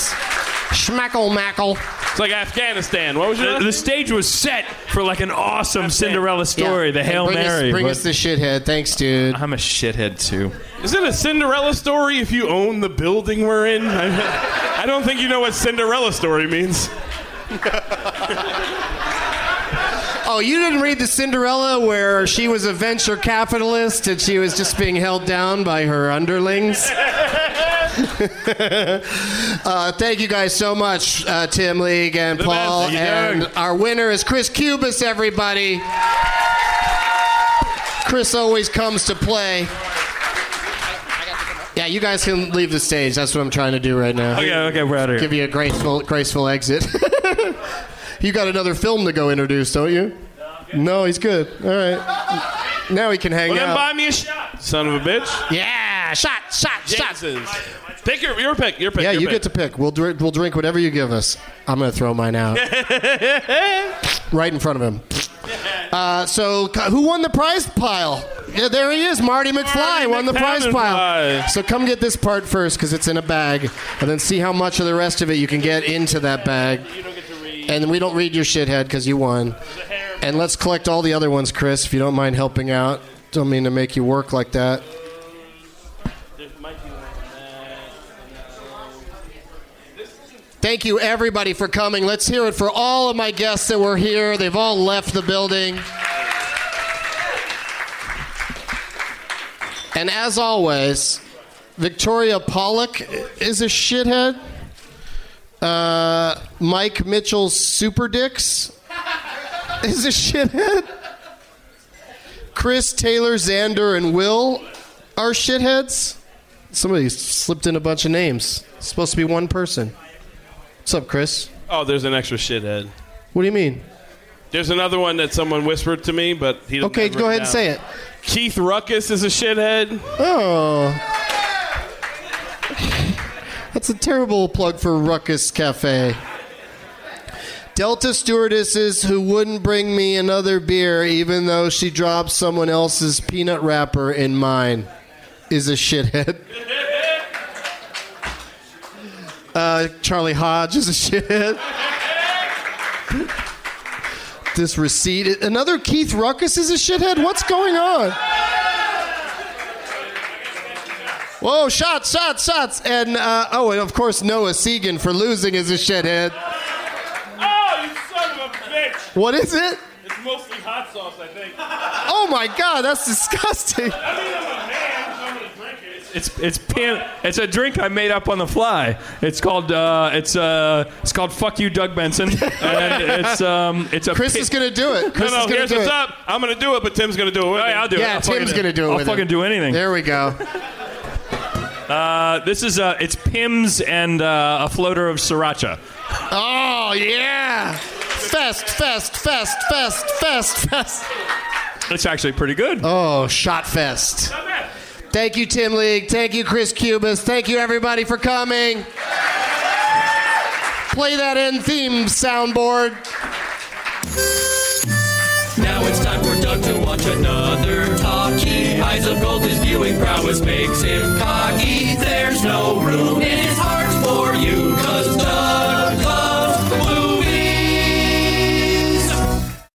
Schmackle Mackle. It's like Afghanistan. What was your The, the stage was set for like an awesome Cinderella story, the Yeah. Hail bring Mary. Us, bring but- us the shithead. Thanks, dude. I'm a shithead too. Is it a Cinderella story if you own the building we're in? I, I don't think you know what Cinderella story (laughs) means. Oh, you didn't read the Cinderella where she was a venture capitalist and she was just being held down by her underlings? (laughs) uh, thank you guys so much, uh, Tim League and The best. Paul. Thank you, And Doug. our winner is Chris Cubis, everybody. Chris always comes to play. Yeah, you guys can leave the stage. That's what I'm trying to do right now. Okay, okay, we're out of here. Give you a graceful, graceful exit. (laughs) you got another film to go introduce, don't you? No, he's good. All right. Now he can hang Well, then out. buy me a shot, son of a bitch. Yeah, shot, shot, Jameson's. Pick your, your pick, your pick. yeah, your you pick. get to pick. We'll drink, we'll drink whatever you give us. I'm going to throw mine out right in front of him. Uh, so, c- who won the prize pile? Yeah, there he is. Marty McFly won the prize pile. So, come get this part first because it's in a bag, and then see how much of the rest of it you can get into that bag. And we don't read your shithead because you won. And let's collect all the other ones, Chris, if you don't mind helping out. Don't mean to make you work like that. Thank you, everybody, for coming. Let's hear it for all of my guests that were here. They've all left the building. And as always, Victoria Pollock is a shithead. Uh, Mike Mitchell's Super Dicks is a shithead. Chris Taylor, Xander, and Will are shitheads. Somebody slipped in a bunch of names. It's supposed to be one person. What's up, Chris? (laughs) Oh, there's an extra shithead. What do you mean? There's another one that someone whispered to me, but he. Okay, go ahead and say it. Keith Ruckus is a shithead. Oh. That's a terrible plug for Ruckus Cafe. Delta stewardesses who wouldn't bring me another beer even though she dropped someone else's peanut wrapper in mine is a shithead. (laughs) Uh, Charlie Hodge is a shithead. this receipt. Another Keith Ruckus is a shithead? What's going on? Whoa, shots, shots, shots. And, uh, oh, and of course, Noah Segan for losing is a shithead. Oh, you son of a bitch! What is it? It's mostly hot sauce, I think. Oh my god, that's disgusting. It's it's pan, it's a drink I made up on the fly. It's called uh, it's uh, it's called fuck you Doug Benson, and it's um, it's a. Chris is gonna do it. Chris no, no, is gonna here's do what's it. up. I'm gonna do it, but Tim's gonna do it. With me. I'll do it. yeah, I'll Tim's fucking- going to do it. I'll with fucking him. do anything. There we go. Uh, this is uh, it's Pims and uh, a floater of sriracha. Oh, yeah. Fest, fest, fest, fest, fest, fest. It's actually pretty good. Oh, shot fest. Thank you, Tim League. Thank you, Chris Cubas. Thank you, everybody, for coming. Play that end theme soundboard. Now it's time for Doug to watch another talkie. Eyes of gold, his viewing prowess makes him cocky. There's no room in